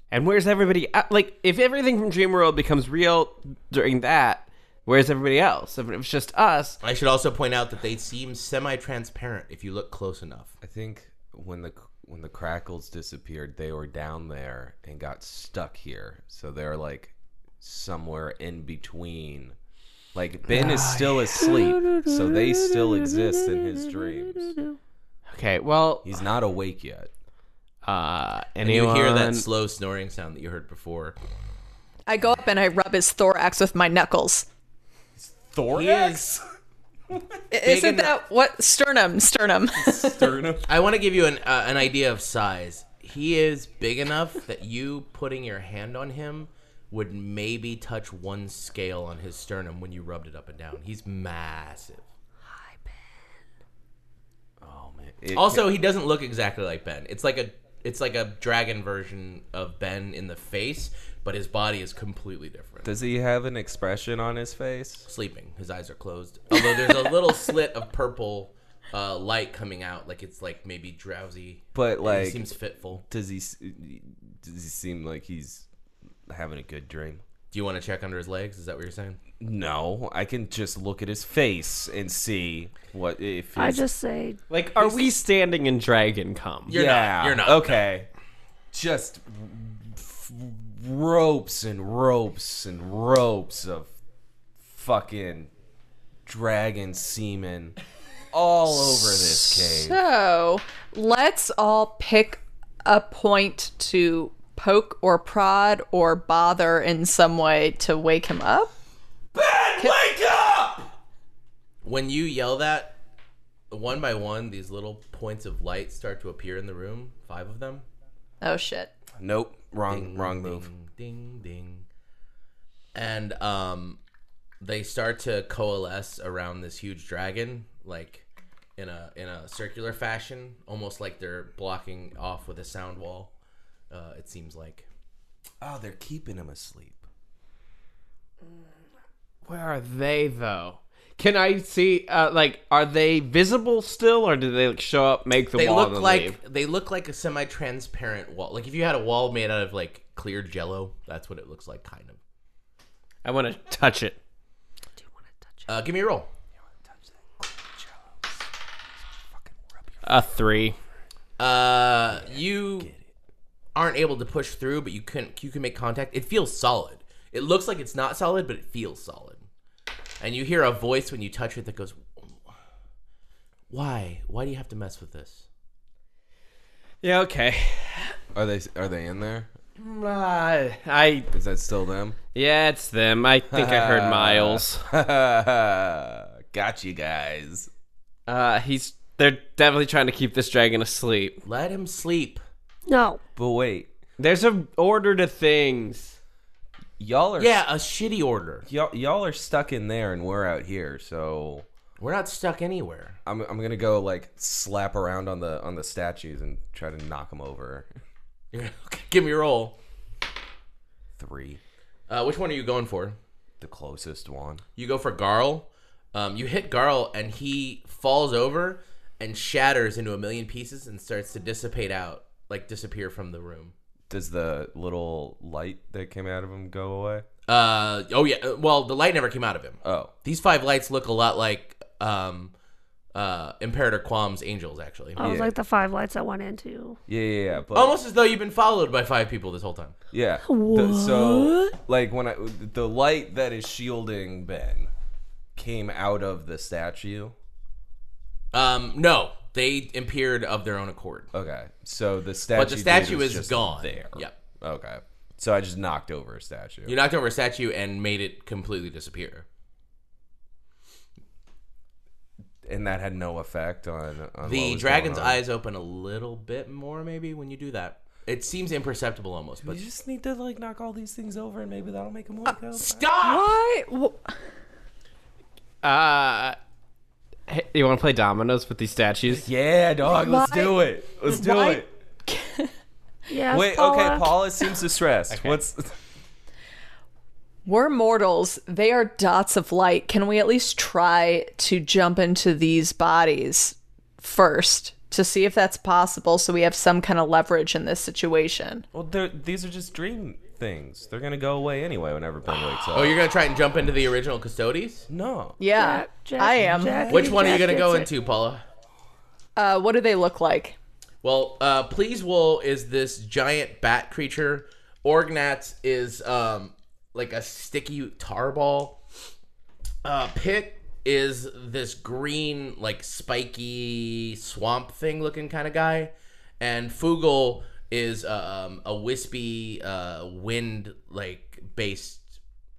And where's everybody? out- Like, if everything from Dream World becomes real during that, where's everybody else? If it was just us,
I should also point out that they seem semi-transparent if you look close enough.
I think when the when the crackles disappeared, they were down there and got stuck here. So they're like somewhere in between. Like Ben is still asleep, so they still exist in his dreams.
okay. Well,
He's not awake yet.
uh,
And you
anyone?
hear that slow snoring sound that you heard before.
I go up and I rub his thorax with my knuckles.
He is
Isn't
enough-
that what sternum? Sternum.
I want to give you an uh, an idea of size. He is big enough that you putting your hand on him would maybe touch one scale on his sternum when you rubbed it up and down. He's massive.
It-
Also, he doesn't look exactly like Ben. It's like a it's like a dragon version of Ben in the face, but his body is completely different.
does he have an expression on his face?
Sleeping, his eyes are closed. Although there's a
[laughs]
little slit of purple uh, light coming out, like it's like maybe drowsy.
But
He
like,
seems fitful.
does he s- does he seem like he's having a good dream?
Do you want to check under his legs? Is that what you're saying?
No, I can just look at his face and see what if.
I
his-
just say,
Like, are we standing in Dragon Come?
You're
yeah, Oh.
not. You're not.
Okay, just f- ropes and ropes and ropes of fucking dragon semen all over this cave.
[laughs] So let's all pick a point to poke or prod or bother in some way to wake him up.
Wake up! When you yell that, one by one, these little points of light start to appear in the room. Five of them.
Oh shit.
Nope, wrong, wrong move.
Ding, ding, ding. And um, they start to coalesce around this huge dragon, like in a in a circular fashion, almost like they're blocking off with a sound wall. Uh, it seems like.
Oh, they're keeping him asleep.
Where are they though? Can I see? Uh, like, are they visible still, or do they like show up, make the
they
wall,
look
and then
like
leave?
they look like a semi-transparent wall. Like if you had a wall made out of like clear jello, that's what it looks like, kind of.
I want to touch it.
Uh, give me a roll.
A three.
Uh, you aren't able to push through, but you can you can make contact. It feels solid. It looks like it's not solid, but it feels solid. And you hear a voice when you touch it that goes, "Why? Why do you have to mess with this?"
Yeah. Okay.
Are they? Are they in there?
Uh, [laughs] I
Is that still [laughs] them?
yeah, it's them. I think I
[laughs]
heard Miles.
Got you guys.
Uh, he's they're definitely trying to keep this dragon asleep.
Let him sleep.
no.
But wait,
There's an order to things.
y'all are
Yeah, a shitty order.
y'all, y'all are stuck in there and we're out here. So
We're not stuck anywhere. [laughs]
I'm I'm gonna go like slap around on the on the statues and try to knock them over.
give me a roll.
Three,
Uh, which one are you going for?
the closest one.
You go for Garl. Um, you hit Garl, and he falls over, and shatters into a million pieces and starts to dissipate out, like disappear from the room.
Does the little light that came out of him go away?
Uh oh yeah. uh, Well, the light never came out of him. Uh,
Oh,
These five lights look a lot like um uh Imperator Quam's angels actually.
I was like the five lights I went into.
yeah, yeah, yeah. But
Almost as though you've been followed by five people this whole time.
yeah. The- so, like when I the light that is shielding Ben came out of the statue.
Um no, they appeared of their own accord.
Okay, so the statue.
But the statue
dude
is
just
gone.
There.
Yep.
Okay. So I just knocked over a statue.
You knocked over a statue and made it completely disappear.
and that had no effect on, on what
The
was
dragon's
going on.
eyes open a little bit more, maybe, when you do that. It seems imperceptible almost, but
You just need to like knock all these things over, and maybe that'll make them wake up.
stop.
Why? Wh-
Uh, hey, you want to play dominoes with these statues?
Yeah, dog. Let's
Why-
do it. Let's do
why-
it.
Yes,
Wait.
Paula.
Okay. Paula seems distressed. [laughs] What's?
We're mortals. They are dots of light. Can we at least try to jump into these bodies first to see if that's possible so we have some kind of leverage in this situation?
Well, they're- these are just dream things. They're gonna go away anyway whenever Ben wakes up.
Oh, you're gonna try and jump into the original custodies?
no.
Yeah,
Jack- Jack-
I am.
Jackie,
Which one are you
Jack
gonna go
gets it.
into, Paula?
Uh, what do they look like?
Well, uh, Please Wool is this giant bat creature. Orgnat is um, like a sticky tar ball. Uh, Pit is this green, like spiky swamp thing looking kind of guy. And Fugle is um, a wispy uh, wind like based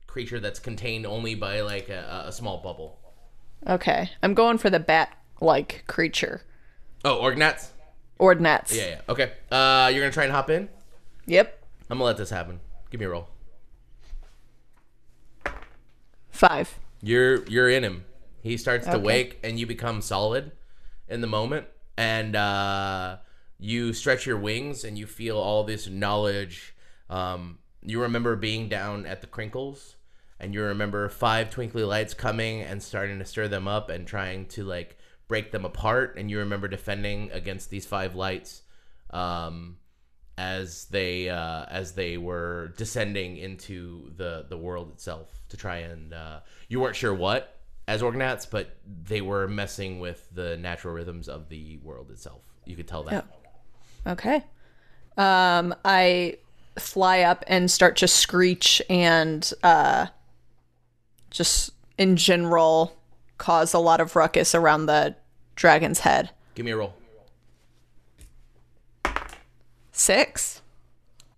creature that's contained only by like a, a small bubble.
Okay, I'm going for the bat like creature.
Oh, Orgnats?
Ordnance.
Yeah, yeah. Okay. Uh, you're going to try and hop in?
Yep.
I'm going to let this happen. Give me a roll.
Five.
you're you're in him. He starts to
Okay.
wake, and you become solid in the moment, and uh, you stretch your wings, and you feel all this knowledge. Um, you remember being down at the Crinkles, and you remember five twinkly lights coming and starting to stir them up and trying to like break them apart, and you remember defending against these five lights. Um, as they uh, as they were descending into the the world itself to try and uh, you weren't sure what as organats, but they were messing with the natural rhythms of the world itself. You could tell that.
Okay. Um, I fly up and start to screech and uh, just in general cause a lot of ruckus around the dragon's head.
Give me a roll.
Six.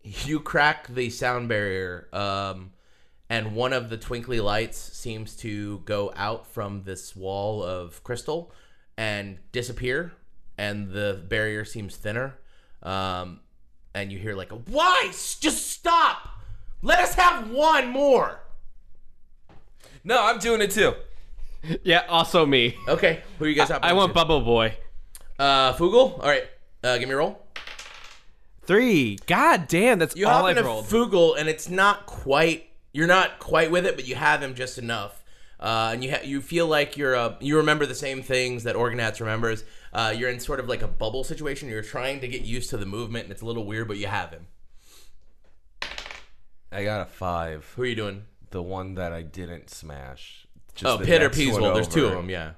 You crack the sound barrier, um, and one of the twinkly lights seems to go out from this wall of crystal and disappear, and the barrier seems thinner. Um, and you hear like a why? S- Just stop! Let us have one more.
No, I'm doing it too.
[laughs] Yeah, also me.
Okay, who you guys hopping
I want
into?
Bubble Boy.
uh Fugle. All right, uh, give me a roll.
Three. God damn, that's
You
all
hop
I've
into
rolled.
Fugle, and it's not quite. You're not quite with it, but you have him just enough, uh, and you ha- you feel like you're a, you remember the same things that Organats remembers. Uh, you're in sort of like a bubble situation. You're trying to get used to the movement, and it's a little weird, but you have him.
I got a five.
Who are you doing?
The one that I didn't smash. Just
Oh,
the
Pit or
next one
Peaswell. There's two of
over.
them. Yeah.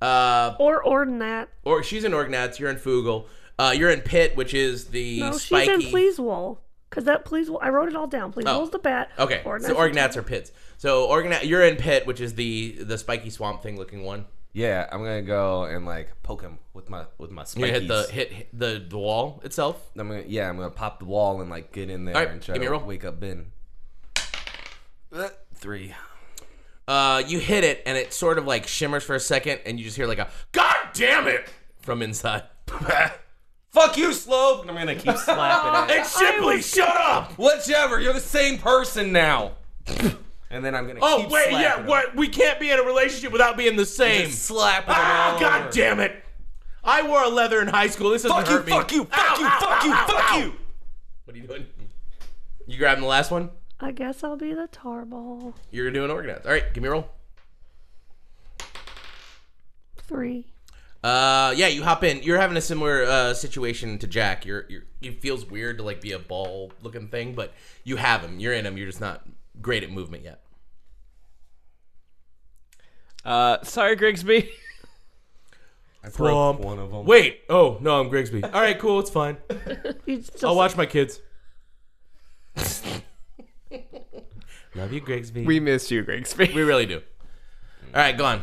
Uh,
Or Ordinat.
or she's in Organats. You're in Fugle. Uh, you're in Pit, which is the
No,
spiky. Oh.
she's in Please Wool. Because that Please Wool, I wrote it all down. Please Wool's the bat.
Okay, so Organats are pits. So Organat, you're in pit, which is the the spiky swamp thing looking one.
Yeah, I'm gonna go and like poke him with my with my
You
spikies.
hit the hit, hit the, the wall itself.
I'm gonna, yeah, I'm gonna pop the wall and like get in there
Alright,
and try
give me a
to
roll.
wake up Ben. Uh, Three.
Uh, you hit it, and it sort of like shimmers for a second, and you just hear like a "God damn it!" from inside.
[laughs] Fuck you, Slope. And I'm gonna keep slapping
[laughs]
it.
And Shipley, shut up!
Whichever. You're the same person now. and then I'm gonna.
[laughs] Oh
keep
wait,
slapping
yeah,
him.
what? We can't be in a relationship without being the same.
Just slapping him
Ah,
all
God
over.
damn it! I wore a leather in high school. This doesn't
Fuck you!
Ah, hurt me.
Fuck you! Fuck
Ow,
you!
ow,
Fuck you!
ow,
Fuck
ow.
you!
What are you doing? You grabbing the last one?
I guess I'll be the tar ball.
You're doing organized. All right, give me a roll.
Three.
Uh, yeah, you hop in. You're having a similar uh, situation to Jack. You're, you're it feels weird to like be a ball looking thing, but you have him. You're in him. You're just not great at movement yet.
Uh, sorry, Grigsby. [laughs]
I broke
Womp.
one of them.
Wait. Oh no, I'm Grigsby. All right, cool. It's fine.
You
I'll
still
watch my kids. Love you, Grigsby.
we miss you, Grigsby.
We really do. All right, go on.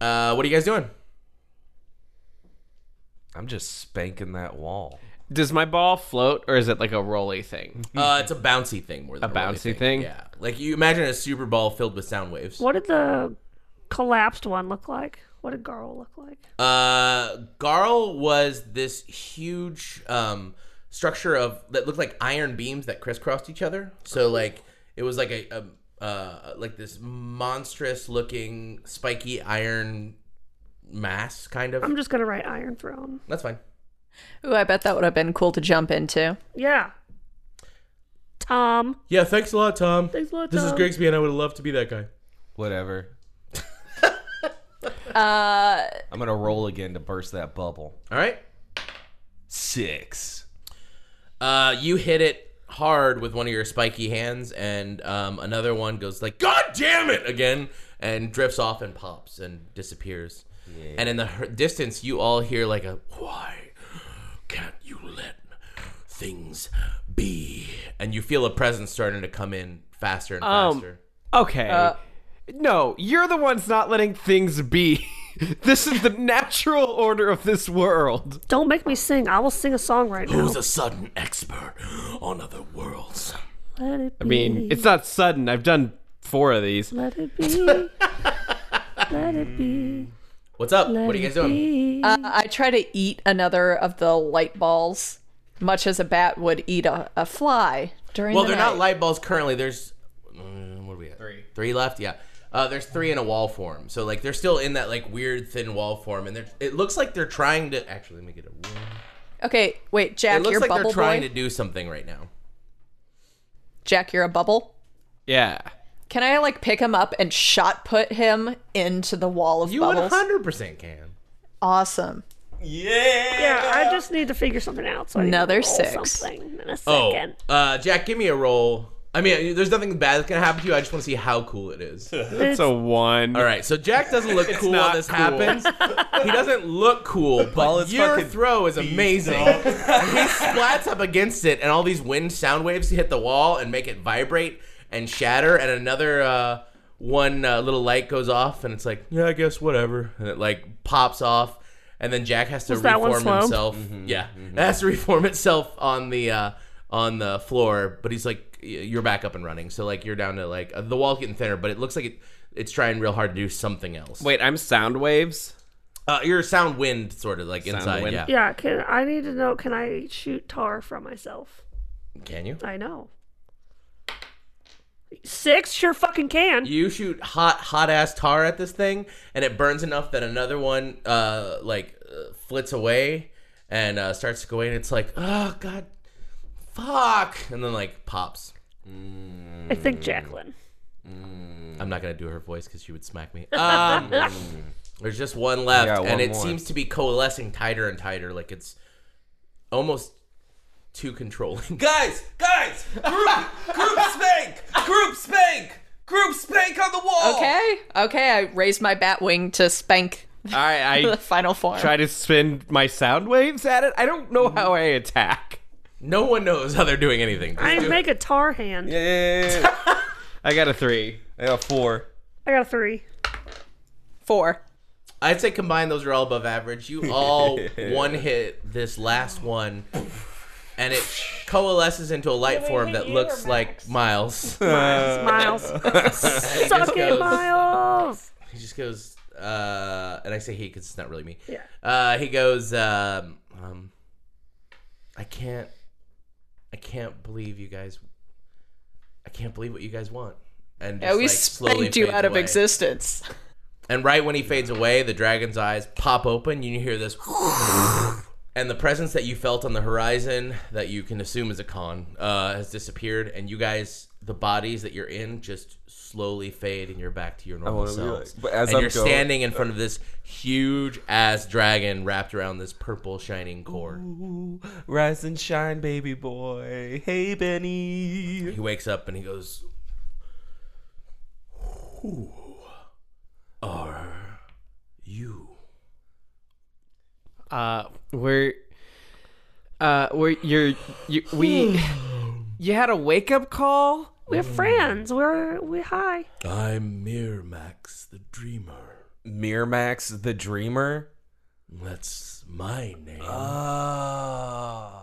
Uh, what are you guys doing?
I'm just spanking that wall.
Does my ball float or is it like a rolly thing?
Uh, it's a bouncy thing more than
Hmm. A
rolling
bouncy thing?
Yeah, like you imagine a super ball filled with sound waves.
What did the collapsed one look like? What did Garl look like?
Uh, Garl was this huge um, structure of that looked like iron beams that crisscrossed each other. So like it was like a, a uh, like this monstrous looking spiky iron mass kind of.
I'm just gonna write Iron Throne.
That's fine.
Ooh, I bet that would have been cool to jump into.
Yeah. Tom.
Yeah, thanks a lot, Tom.
Thanks a lot, This is Tom.
Grigsby, and I would love to be that guy.
Whatever.
Uh,
I'm gonna roll again to burst that bubble.
All right.
Six.
Uh, you hit it hard with one of your spiky hands, and um, another one goes like "God damn it!" again, and drifts off and pops and disappears. And in the her- distance, you all hear like a "Why can't you let things be?" And you feel a presence starting to come in faster and
Um,
faster.
Okay. Uh, no, you're the ones not letting things be. [laughs] this is the [laughs] natural order of this world.
Don't make me sing. I will sing a song right now.
Who's a sudden expert on other worlds?
Let it be.
I mean, it's not sudden. I've done four of these.
Let it be. Let it be.
What's up?
Let
what are you guys
it
doing?
be.
uh, I try to eat another of the light balls, much as a bat would eat a, a fly during
Well,
the
they're
night.
not light balls currently. There's mm, what are we at? Three. Three left. Yeah. Uh, there's three in a wall form. So like they're still in that like weird thin wall form, and they're it looks like they're trying to actually let me get a room.
Okay, wait,
It
Jack,
looks
you're
like
bubble
they're
boy.
trying to do something right now.
Jack, you're a bubble.
Yeah.
Can I like pick him up and shot put him into the wall of
You
bubbles?
100 percent can.
Awesome.
yeah, I just need to figure something out. So I need to
Another
roll
six.
Something in a
Oh,
second.
uh, Jack, give me a roll. I mean, there's nothing bad that's gonna happen to you. I just want to see how cool it is.
That's a one.
All right, so Jack
[laughs]
doesn't look cool
not
when this
cool.
happens. He doesn't look cool,
Ball
but
is
your
fucking
throw is amazing. and [laughs] he splats up against it, and all these wind sound waves hit the wall and make it vibrate and shatter. And another uh, one uh, little light goes off, and it's like, yeah, I guess whatever. And it like pops off, and then Jack has to
Was that one
reform
slow?
himself. yeah, it has to reform itself on the uh, on the floor. But he's like, y- you're back up and running. So like, you're down to like uh, the wall's getting thinner, but it looks like it. It's trying real hard to do something else.
Wait, I'm sound waves.
Uh, you're sound wind, sort of like inside.
wind.
Yeah.
Yeah, can I need to know? Can I shoot tar from myself?
Can you?
I know. Six sure fucking can.
You shoot hot, hot ass tar at this thing, and it burns enough that another one, uh, like, uh, flits away and uh, starts to go away, and it's like, oh god, fuck, and then like pops.
I think Jacqueline.
I'm not gonna do her voice because she would smack me.
[laughs]
Um, there's just one left,
Yeah, one
and it
more.
seems to be coalescing tighter and tighter, like it's almost too controlling. [laughs]
Guys, guys, group, group spank, group spank, group spank on the wall.
Okay, okay, I raise my bat wing to spank
All right,
[laughs] the
I
final form.
try to spin my sound waves at it. I don't know how I attack.
no one knows how they're doing anything. Just
I
do it.
make a tar hand.
Yeah, yeah, yeah, yeah.
I got a three.
I got four.
I got a three.
Four.
I'd say combined, those are all above average.
[laughs]
You all one hit this last one, and it coalesces into a light form that looks like Miles.
Miles. Suck it,
goes-
Miles.
he just goes, uh, and I say he because it's not really me.
Yeah.
Uh, he goes, um, um, I can't, I can't believe you guys, I can't believe what you guys want. And
Yeah,
just,
we
like, slowly
spanked you
fades
out of
away.
existence.
And right when he fades away, the dragon's eyes pop open, and you hear this
and the presence that you felt on the horizon that you can assume is a con uh, has disappeared and you guys the bodies that you're in just slowly fade and you're back to your normal
wanna be
selves
like- but as
and
I'm
you're
going-
standing in front of this huge ass dragon wrapped around this purple shining cord
Rise and shine, baby boy. Hey, Benny.
he wakes up and he goes "Who are you
Uh, we're, uh, we're you're you, we. You had a wake up call.
We're friends. We're we hi.
I'm Mirmax the Dreamer.
Miramax the Dreamer.
That's my name.
Oh,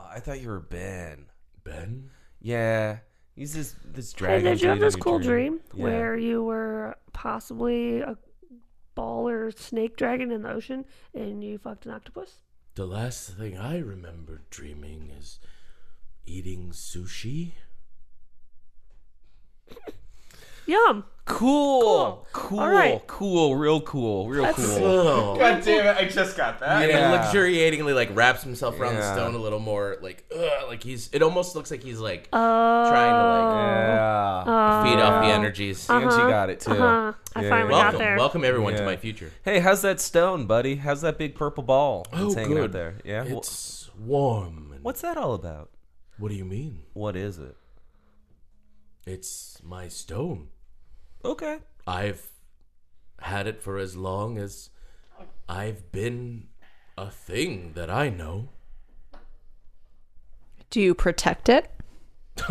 I thought you were Ben.
ben?
Yeah. He's this, this
Hey,
dragon.
did you have
dude in
this
your
cool dream,
Yeah.
where you were possibly a ball or snake dragon in the ocean and you fucked an octopus?
The last thing I remember dreaming is eating sushi.
Yum.
Cool. Cool.
All
Cool.
right.
Real cool. Real cool.
Oh.
God damn it! I just got that.
and he
Yeah.
luxuriatingly like wraps himself around the
Yeah.
stone a little more like ugh, like he's it almost looks like he's like
Oh.
trying
Yeah.
to like feed off the
Yeah. Uh,
energies
And she got it too.
Uh-huh. I
Yeah.
finally got
welcome
there.
welcome everyone to
Yeah.
my future
Hey, how's that stone, buddy? How's that big purple ball
Oh,
that's hanging
good.
out there? Yeah. Wh-
It's warm. And
What's that all about?
What do you mean?
What is it?
It's my stone.
Okay.
I've had it for as long as I've been a thing that I know.
Do you protect it?
[laughs]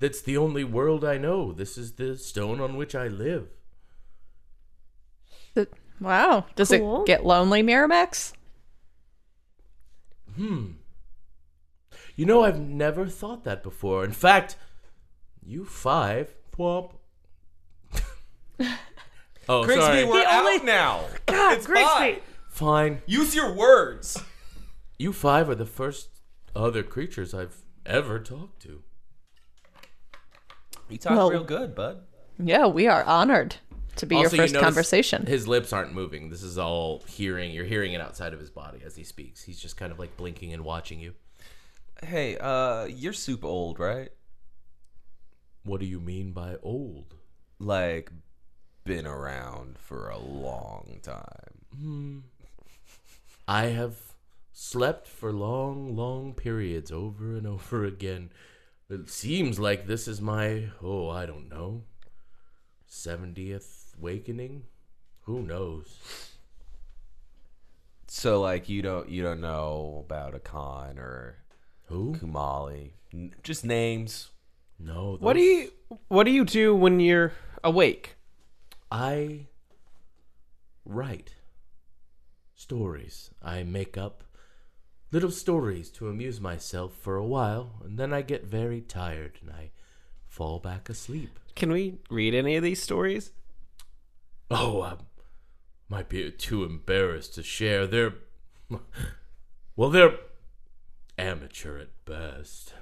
That's the only world I know. This is the stone on which I live.
The- wow. Does
Cool.
it get lonely, Miramax?
You know, I've never thought that before. In fact, you five.
[laughs]
Thwomp. oh, sorry.
we're out now.
God, Grigsby.
fine.
Fine.
Use your words.
You five are the first other creatures I've ever talked to.
You talk
Well-
real good, bud.
Yeah, we are honored to be your
Also, you
first
notice
conversation.
his lips aren't moving this is all hearing you're hearing it outside of his body as he speaks he's just kind of like blinking and watching you
Hey, uh, you're super old, right?
What do you mean by old?
Like, been around for a long time.
I have slept for long, long periods over and [laughs] over again. It seems like this is my, oh, I don't know, 70th awakening? Who knows?
So, like, you don't you don't know about Akan or
Who?
Kumali? N- just names.
No.
What do
those-
you What do you do when you're awake?
I write stories. I make up little stories to amuse myself for a while, and then I get very tired and I fall back asleep.
Can we read any of these stories?
Oh, I might be too embarrassed to share. They're. Well, they're amateur at best.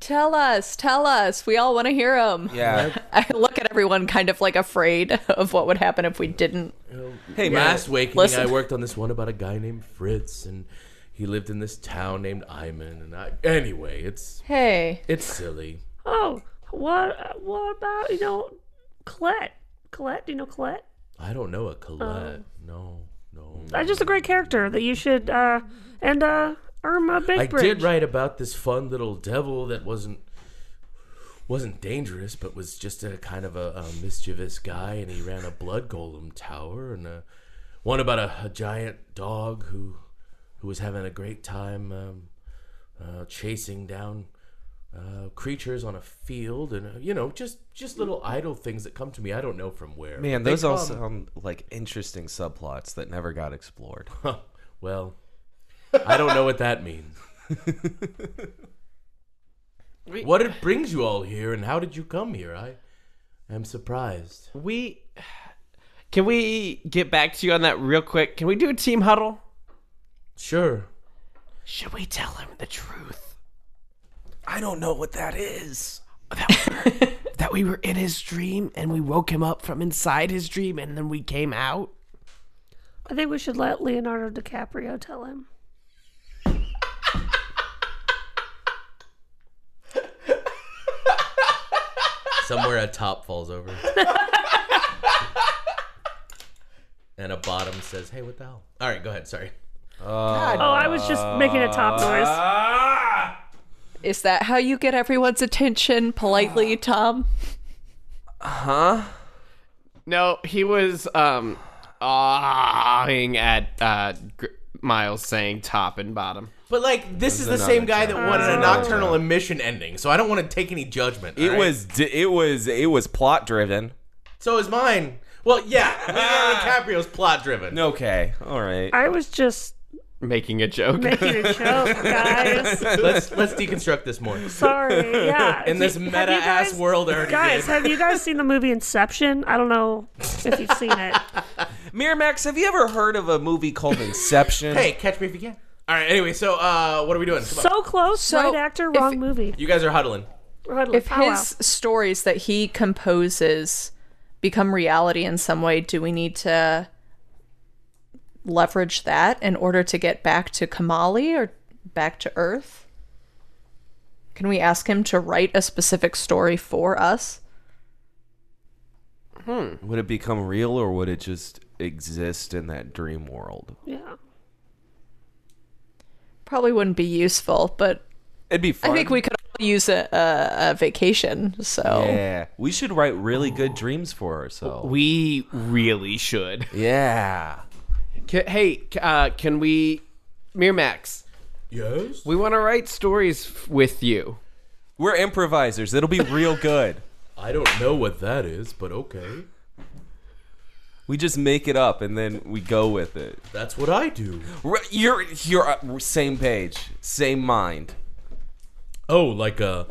Tell us, tell us. We all want to hear them.
Yeah.
[laughs] I look at everyone kind of like afraid [laughs] of what would happen if we didn't.
hey, man.
Last waking,
listen.
I worked on this one about a guy named Fritz, and he lived in this town named Iman. And I, anyway, it's
Hey,
it's silly.
Oh, what what about you know, Colette? Colette, do you know Colette?
I don't know a Colette. no, no.
That's just a great character that you should uh and uh Irma
I
Bakebridge.
did write about this fun little devil that wasn't wasn't dangerous, but was just a kind of a, a mischievous guy, and he ran a blood golem tower, and uh one about a, a giant dog who who was having a great time um, uh, chasing down uh, creatures on a field, and uh, you know, just just little idle things that come to me. I don't know from where.
Man,
They
those all
come.
sound like interesting subplots that never got explored.
Huh. Well, I don't know what that means. what it brings you all here, and how did you come here? I am surprised.
We can we get back to you on that real quick? Can we do a team huddle?
Sure,
Should we tell him the truth
I don't know what that
[laughs]
is.
that we were in his dream and we woke him up from inside his dream and then we came out?
I think we should let Leonardo DiCaprio tell him.
Somewhere a top falls over. and a bottom says, hey, what the hell? All right, go ahead. Sorry.
Oh, I was just making a top noise.
Is that how you get everyone's attention politely, Tom?
No, he was um awing at uh Gr- Miles saying top and bottom.
But, like, this is the
another
same guy that
joke.
wanted
That's
a nocturnal
another
emission ending, so I don't want to take any judgment. all
It
right?
was di- it was it was plot driven.
So is mine. Well, yeah,
[laughs]
Leonardo DiCaprio's plot driven.
Okay, all right.
I was just
Making a joke.
making a joke, guys.
Let's let's deconstruct this more.
Sorry.
[laughs]
Yeah.
In this
Have you
meta ass
guys-
world, I already
Guys,
did.
have you guys seen the movie Inception? I don't know if you've seen
[laughs]
it.
Miramax, have you ever heard of a movie called Inception?
Hey, catch me if you can. All right. Anyway, so uh, what are we doing? Come on.
So close,
So,
right actor,
if-
wrong movie.
You guys are huddling.
Right,
If
powwow.
his stories that he composes become reality in some way, do we need to leverage that in order to get back to Kamali or back to Earth? Can we ask him to write a specific story for us?
Would it become real or would it just exist in that dream world?
yeah.
Probably wouldn't be useful, but
It'd be fun.
I think we could all use a, a, a vacation. So
Yeah, we should write really good dreams for ourselves.
We really should.
yeah.
Ca hey, c- uh, can we, Miramax?
Yes.
We want to write stories f- with you.
We're improvisers. It'll be real good.
I don't know what that is, but okay.
We just make it up and then we go with it.
That's what I do.
R- You're you're uh, same page, same mind.
Oh, like a,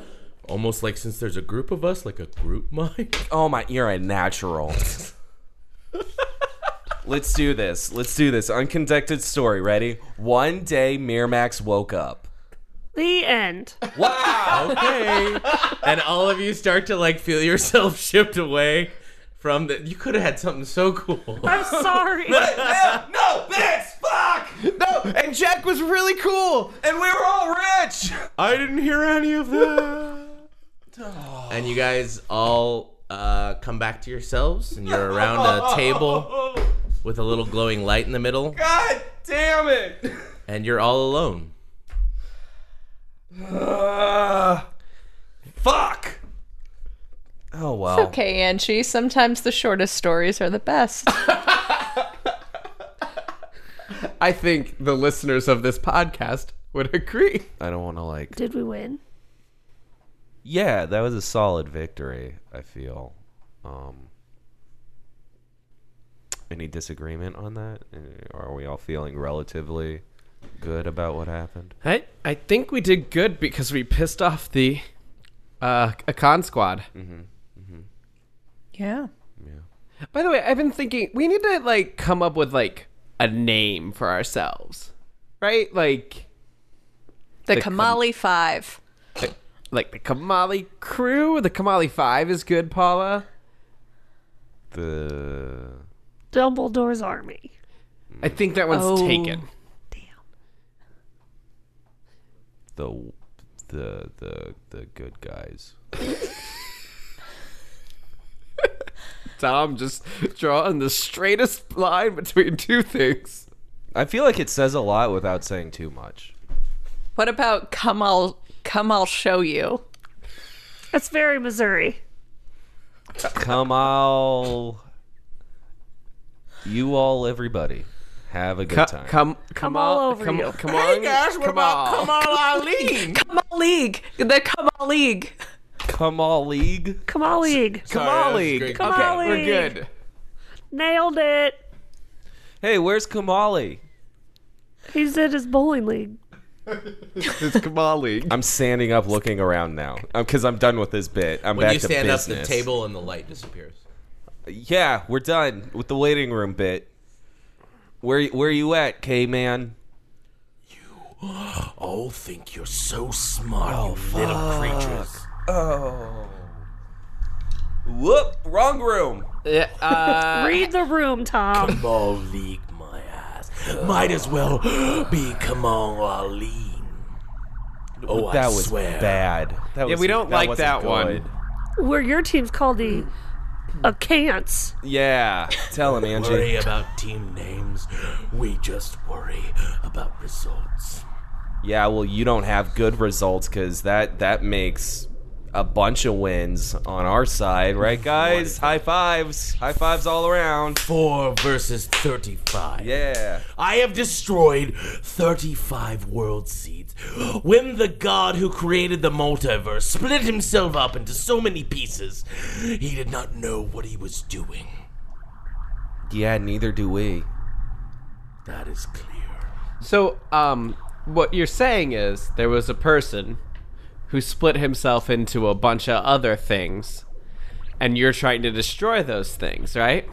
almost like since there's a group of us, like a group mind.
Oh my, you're a natural. Let's do this. Let's do this. Unconducted story. Ready? One day, Miramax woke up.
The end.
[laughs] Okay. and all of you start to like feel yourself [laughs] shipped away from the. You could have had something so cool.
I'm sorry.
no, Vince, fuck!
No, and Jack was really cool.
And we were all rich.
[laughs] I didn't hear any of that. [sighs] and you guys all uh, come back to yourselves, and you're around a [laughs] table with a little glowing light in the middle,
God damn it!
and you're all alone.
Uh, fuck. Oh well.
Okay, Angie. Sometimes the shortest stories are the best.
I think the listeners of this podcast would [laughs] agree.
I don't want to like.
Did we win?
Yeah, that was a solid victory. I feel. Um, any disagreement on that? Uh, Are we all feeling relatively good about what happened?
I I think we did good because we pissed off the, uh, a con squad.
[laughs] yeah.
By the way, I've been thinking we need to like come up with like a name for ourselves, right? Like
The, Kamali Five.
like the Kamali crew. The Kamali Five is good, Paula.
The
Dumbledore's army.
I think that one's
Oh.
taken.
the the the the good guys.
Tom just drawing the straightest line between two things.
I feel like it says a lot without saying too much.
What about come I'll come I'll show you?
That's very Missouri.
Come all, you all, everybody, have a good
Come,
time.
come,
Come all over
come,
you.
Come on, come on.
Kamal League. The Kamal League.
Come all league.
Kamalig.
Kamali.
great.
Okay, we're
Kamali.
good.
Nailed it.
Hey, where's Kamali?
He's at his bowling league.
It's Kamali.
I'm standing up, looking around now, because I'm done with this bit. I'm
When
back
you
to
stand up, the
business.
table and the light disappears.
Yeah, we're done with the waiting room bit. Where where you at, K man?
Oh, think you're so smart,
Oh,
you little creatures.
Whoop, wrong room.
[laughs] Yeah, uh,
Uh,
Read the room, Tom.
Ball league my might as well [gasps] be Kamal Ali. Oh,
that
I
was
swear.
bad. That
Yeah,
was,
we don't like
wasn't
that one.
good.
Where your team's called the Acants.
Yeah,
[laughs]
tell him,
Worry
Angie.
about team names. We just worry about results.
Yeah, well, you don't have good results because that that makes a bunch of wins on our side, [laughs] right, guys? High fives, high fives all around.
Four versus thirty-five.
Yeah.
I have destroyed 35 world seeds. When the god who created the multiverse split himself up into so many pieces, he did not know what he was doing.
Yeah, neither do we.
That is clear.
So, um, what you're saying is there was a person who split himself into a bunch of other things, and you're trying to destroy those things, right?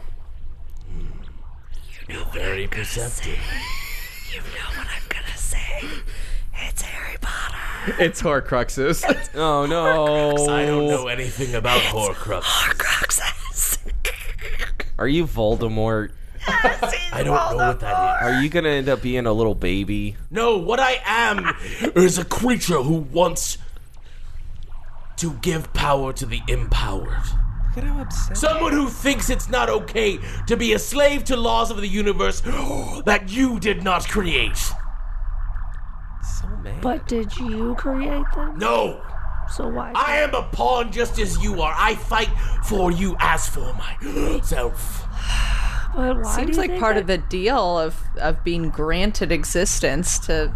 You're very perceptive.
You know what I'm gonna say. It's Harry Potter.
It's Horcruxes.
Oh [laughs] no.
I don't know anything about Horcrux.
Horcruxes.
Are you Voldemort?
I don't know what that is.
Are you gonna end up being a little baby?
No, what I am is a creature who wants to give power to the empowered.
Look at how upset.
Someone who thinks it's not okay to be a slave to laws of the universe that you did not create.
So mad.
But did you create them?
No,
So why?
I am a pawn just as you are. I fight for you as for myself.
but why do
Seems
you
like
think
part
that-
of the deal of of being granted existence to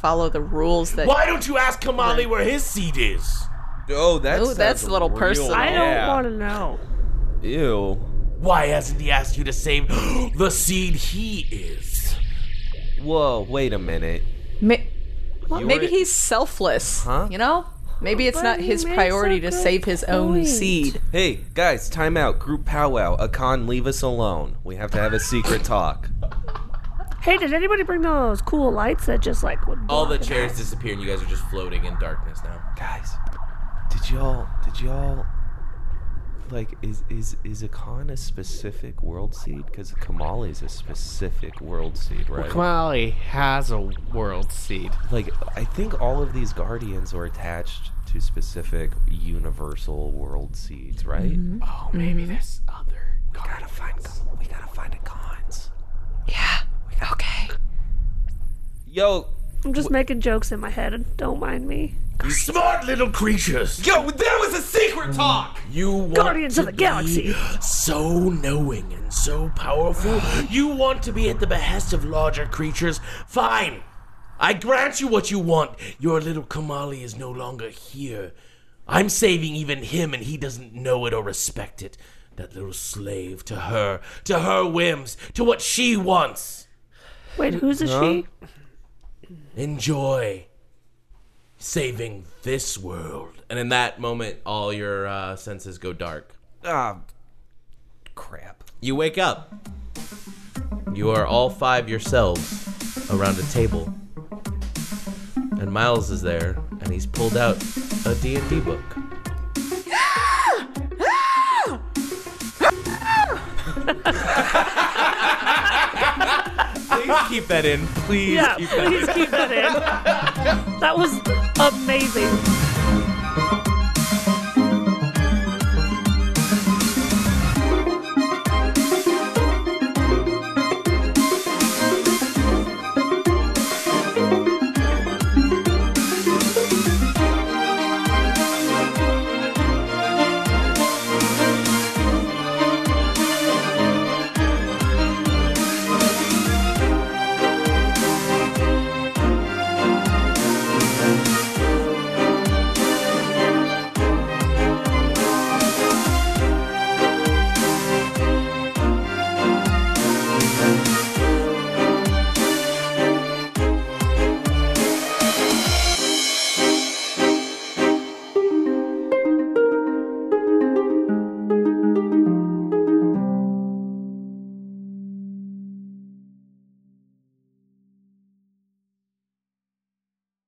follow the rules that
Why don't you ask Kamali where his seat is?
Oh, that's
Ooh, that's a little personal.
I don't
Yeah.
want to know.
Ew.
Why hasn't he asked you to save the seed he is?
Whoa, wait a minute.
Ma-
You
maybe
were-
he's selfless.
Huh?
You know, maybe it's
But
not
he
his
makes
priority
a
to
good
save his own
point.
seed.
Hey, guys, time out. Group powwow. Akan, leave us alone. We have to have a secret talk.
Hey, did anybody bring those cool lights that just like would
[gasps] All the
block it
chairs
out?
disappear, and you guys are just floating in darkness now.
Guys, did y'all did y'all like is is is Akan a specific world seed? Because Kamali is a specific world seed, right?
Kamali has a world seed.
Like I think all of these guardians are attached to specific universal world seeds, right?
Oh, maybe
Mm-hmm.
this other.
We gotta find Kam- we gotta find Akan's.
Yeah. Okay.
Yo,
I'm just making jokes in my head. Don't mind me.
You smart little creatures.
yo, that was a secret talk.
You want
Guardians
to
of the Galaxy.
Be so knowing and so powerful. You want to be at the behest of larger creatures. Fine. I grant you what you want. Your little Kamali is no longer here. I'm saving even him, and he doesn't know it or respect it. That little slave to her, to her whims, to what she wants.
Wait, who's a she?
Enjoy saving this world.
And in that moment, all your uh, senses go dark.
Ah, crap.
You wake up. You are all five yourselves around a table. And Miles is there, and he's pulled out a D&D book.
Please keep that in, please.
Yeah, please keep that in. That was amazing.